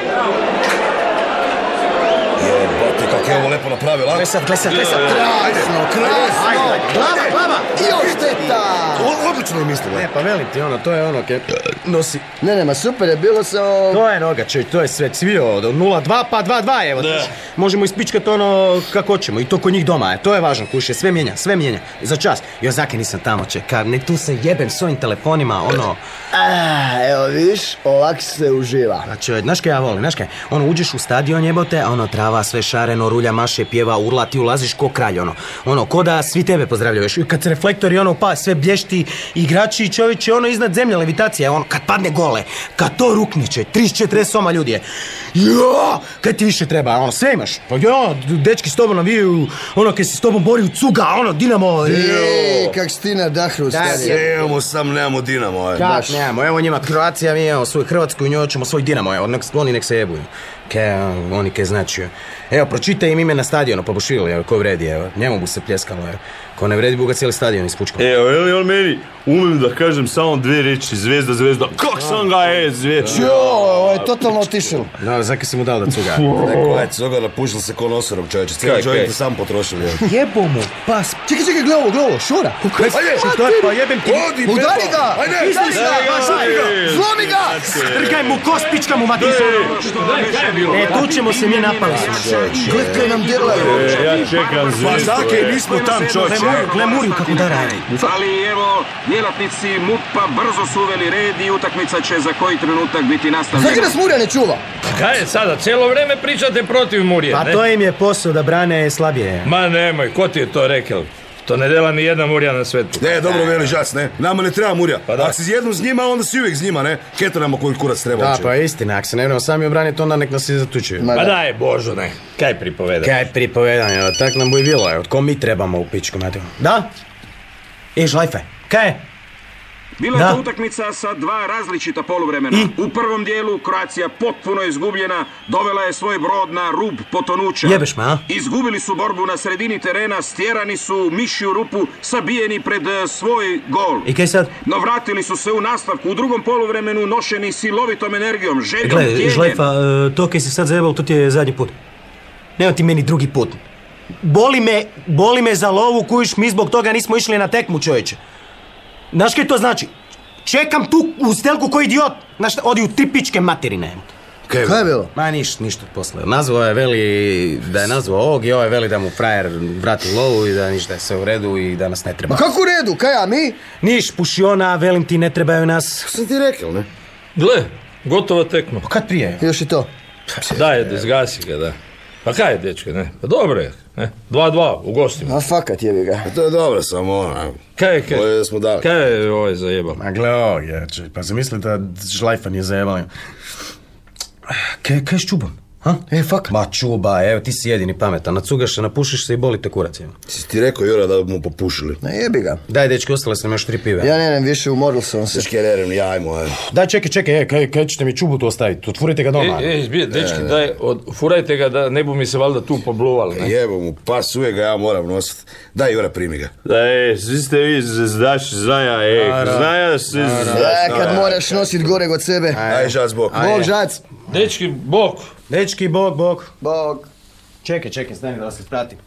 Speaker 8: Jebote, kako je ovo lepo napravila.
Speaker 7: Gle sad, gle sad, gle sad.
Speaker 6: Krasno,
Speaker 7: Ajde,
Speaker 6: krasno!
Speaker 7: ajde.
Speaker 6: Glava, glava! I ošteta!
Speaker 8: O- Odlično je mislila.
Speaker 7: Ne, pa velim ti, ono, to je ono, ke nosi.
Speaker 6: Ne, ne, ma super je bilo sa...
Speaker 7: To je noga, čovjek, to je sve cvio od 0-2 pa 2-2, evo. znači, Možemo ispičkat ono kako hoćemo i to kod njih doma, e, to je važno, kuše, sve mijenja, sve mijenja, za čas. Jo, zake nisam tamo, čekar, ne tu se jebem s ovim telefonima, ono...
Speaker 6: A, Ah, evo vidiš, ovak se uživa.
Speaker 7: Znači, ovaj, Pa čovjek, znaš kaj ja volim, znaš kaj, ono uđeš u stadion jebote, a ono trava sve šareno, ono, rulja maše, pjeva, urla, ti ulaziš ko kralj, ono. Ono, ko da svi tebe pozdravljuješ. I Kad se reflektori, ono, pa, sve blješti, igrači i čovječe, ono, iznad zemlje, levitacija, ono, kad padne gole, kad to rukniće, 30-40 soma ljudi je. Jo, kaj ti više treba, ono, sve imaš. Pa jo, dečki s tobom navijaju, ono, kad se s tobom bori u cuga, ono, Dinamo.
Speaker 6: Ej, kak si ti na dahru, stari.
Speaker 8: Nemamo sam, nemamo Dinamo.
Speaker 7: Kak nemamo, evo njima Kroacija, mi imamo svoju Hrvatsku i u njoj ćemo svoj Dinamo, evo, nek, oni nek se jebuju. Ke, oni ke znači. Evo, pročitaj im ime na stadionu, pa buš vidjeli, evo, ko vredi, evo, njemu bu se pljeskalo, evo. Ko ne vredi, bu ga cijeli stadion ispučkao.
Speaker 10: Evo, je li on meni, umem da kažem samo dve reči, zvezda, zvezda, kak sam ga je, zvezda.
Speaker 6: Jo, ovo je totalno otišao.
Speaker 7: Da, zakaj si mu dao da cuga?
Speaker 8: Neko je coga napušila se ko nosorog čovječe,
Speaker 7: Kaj,
Speaker 8: cijeli čovjek
Speaker 7: kaj?
Speaker 8: je sam potrošio.
Speaker 7: Jebo mu, pas.
Speaker 6: Čekaj, čekaj, gle ovo, gle ovo, šura.
Speaker 8: Kaj si šutar, pa jebem ti.
Speaker 6: Udari
Speaker 8: Pepo.
Speaker 6: ga!
Speaker 8: Ajde,
Speaker 6: Izdiš
Speaker 8: ajde,
Speaker 9: pa
Speaker 6: ga,
Speaker 8: ajde,
Speaker 6: zlomi ga!
Speaker 8: ajde.
Speaker 6: Zlomi ga!
Speaker 17: Strgaj mu kost, pička mu, Matiso. E, tu ćemo se mi napali.
Speaker 6: Gle, kaj nam djela
Speaker 10: E, ja
Speaker 17: Pa
Speaker 12: Pa
Speaker 10: čekam zvezdu. e.
Speaker 17: Glemuriju kako da radi.
Speaker 12: Ali evo, djelatnici MUP-a brzo su uveli red i utakmica će za koji trenutak biti nastavljena.
Speaker 6: Zašto nas Murija ne čuva?
Speaker 5: Kaj je sada, cijelo vrijeme pričate protiv Murije,
Speaker 17: Pa
Speaker 5: ne?
Speaker 17: to im je posao da brane slabije.
Speaker 5: Ma nemoj, ko ti je to rekel? To ne dela ni jedna Murija na svetu.
Speaker 8: Ne, dobro veli žac, ne. Nama ne treba murja.
Speaker 5: Pa da.
Speaker 8: Ako si jednom s njima, onda si uvijek s njima, ne. Keto nama koji kurac treba
Speaker 7: Da,
Speaker 8: uopće.
Speaker 7: pa je istina, ako se ne vremo sami obraniti, onda nek nas i zatučuju.
Speaker 5: Ma Pa daj, Božo, ne. Kaj pripovedaš?
Speaker 7: Kaj pripovedanje, evo, tak nam bi bilo, evo, tko mi trebamo u pičku, mate. Da? I žlajfe, kaj je?
Speaker 12: Bila
Speaker 7: Da.
Speaker 12: je to utakmica sa dva različita poluvremena. U prvom dijelu Kroacija potpuno izgubljena, dovela je svoj brod na rub potonuća.
Speaker 7: Jebeš me, a?
Speaker 12: Izgubili su borbu na sredini terena, stjerani su u mišju rupu, sabijeni pred eh, svoj gol.
Speaker 7: I kaj sad?
Speaker 12: No vratili su se u nastavku, u drugom poluvremenu nošeni silovitom energijom,
Speaker 7: E,
Speaker 12: željom
Speaker 7: Gle,
Speaker 12: tijenjem.
Speaker 7: žlajfa, e, to kaj si sad zajebao, to ti je zadnji put. Nema ti meni drugi put. Boli me, boli me za lovu, kujiš, mi zbog toga nismo išli na tekmu, čovječe. Znaš kaj to znači? Čekam tu u stelku koji idiot. Znaš, šta, odi u tri pičke materine.
Speaker 8: Kaj
Speaker 7: je bilo? Ma ništa, ništa posle. Nazvao je veli da je nazvao ovog i ovaj veli da mu frajer vrati lovu i da ništa da je sve u redu i da nas ne treba.
Speaker 6: Ma kako u redu, kaj ja, mi?
Speaker 7: Niš, pušiona, velim ti, ne trebaju nas.
Speaker 6: Sam ti rekao, ne?
Speaker 5: Gle, gotova tekma. Pa
Speaker 7: Pa Kad prije?
Speaker 6: Još i to.
Speaker 5: Daj, da zgasi ga, da. Pa kaj je, dečko, ne? Pa dobro je. ne? 2-2 u gostima.
Speaker 6: A fakat jebi ga.
Speaker 8: To je dobro, samo ono.
Speaker 5: Kaj je, kaj?
Speaker 8: Koje smo dali.
Speaker 5: Kaj je ovaj zajebao?
Speaker 17: Ma gle, ovog je, če- pa zamisli da žlajfa nije zajebala.
Speaker 7: Kaj, kaj s čubom? Ha? E, fuck. Ma čuba, evo, ti si jedini pametan. Nacugaš se, napušiš se i boli te kurac. evo.
Speaker 8: Si ti rekao, Jura, da bi mu popušili.
Speaker 6: Ne jebi ga.
Speaker 7: Daj, dečki, ostale sam još tri pive.
Speaker 6: Ja ne, ne, više umoril sam se.
Speaker 8: Teški je nerem, jajmo, evo.
Speaker 17: Daj, čekaj, čekaj, e, kaj, kaj ćete mi čubu tu ostaviti? Otvorite
Speaker 7: Pa
Speaker 17: ga doma.
Speaker 5: E, e, zbije, dečki, daj, od, furajte ga da ne bu mi se valjda tu pobluvali, ne?
Speaker 8: Jebo mu, pas uvijek ga ja moram nositi. Daj, Jura, primi ga.
Speaker 10: Da, e, svi ste vi zvezdaši, znaja, e, znaja se
Speaker 6: Da, E, kad
Speaker 10: zvezdaši.
Speaker 6: moraš nosit goreg od sebe.
Speaker 8: Aj, žac, bok.
Speaker 6: Bog žac.
Speaker 5: Dečki, bok.
Speaker 17: Dečki, bog, bog.
Speaker 6: Bog.
Speaker 17: Čekaj, čekaj, stani da vas ispratim.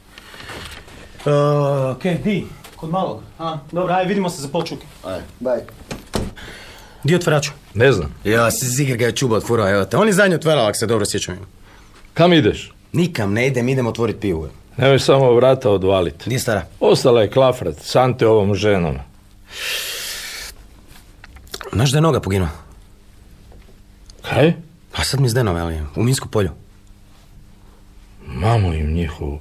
Speaker 17: E, Okej, di? Kod malog? A, dobro, aj, vidimo se za pol čuke.
Speaker 6: Aj, baj.
Speaker 17: Di otvaraču?
Speaker 5: Ne znam.
Speaker 7: Ja, si zigar ga je čuba otvorao, evo te. On je zadnji otvarao, ako se dobro sjećam.
Speaker 5: Kam ideš?
Speaker 7: Nikam ne idem, idem otvorit pivu. evo.
Speaker 5: Nemoj samo vrata odvaliti.
Speaker 7: Di je stara?
Speaker 5: Ostala je klafrat s ante ovom ženom.
Speaker 7: Znaš da je noga poginula?
Speaker 5: Kaj?
Speaker 7: A sad mi s Denom, ali u Minsku polju.
Speaker 5: Mamo im njihovu.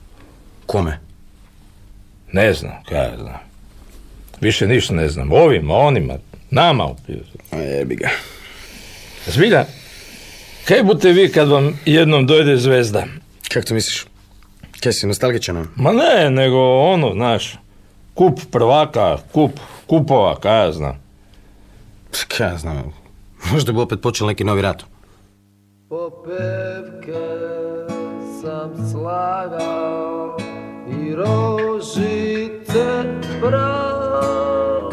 Speaker 7: Kome?
Speaker 5: Ne znam, kaj ja znam. Više ništa ne znam. Ovima, onima, nama upiju.
Speaker 7: A jebi ga.
Speaker 5: Zbilja, kaj bute vi kad vam jednom dojde zvezda?
Speaker 7: Kako to misliš? Kaj si, nostalgičan? a?
Speaker 5: Ma ne, nego ono, znaš, kup prvaka, kup, kupova, kaj ja znam.
Speaker 7: Pff, Kaj ja znam, možda bi opet počeo neki novi rat.
Speaker 9: Popevke sam slagao i rožice brao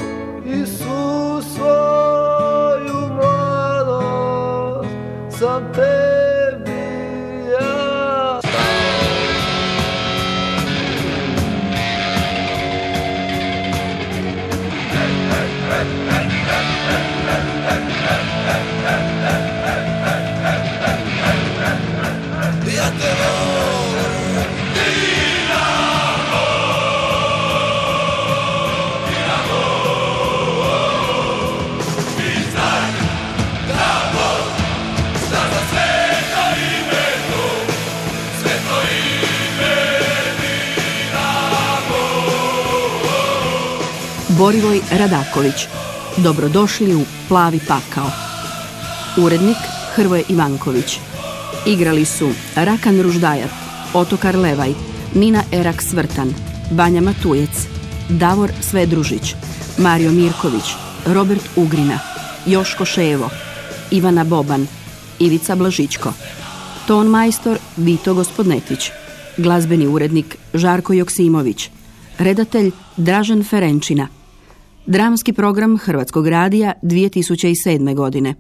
Speaker 9: i svu svoju mladost sam tebi ja Sad za sve
Speaker 1: Borivoj Radaković. Dobrodošli u Plavi pakao. Urednik Hrvoje Ivanković. Igrali su Rakan Ruždajat, Otokar Levaj, Nina Erak Svrtan, Banja Matujec, Davor Svedružić, Mario Mirković, Robert Ugrina, Joško Ševo, Ivana Boban, Ivica Blažičko, ton majstor Vito Gospodnetić, glazbeni urednik Žarko Joksimović, redatelj Dražen Ferenčina, dramski program Hrvatskog radija 2007. godine.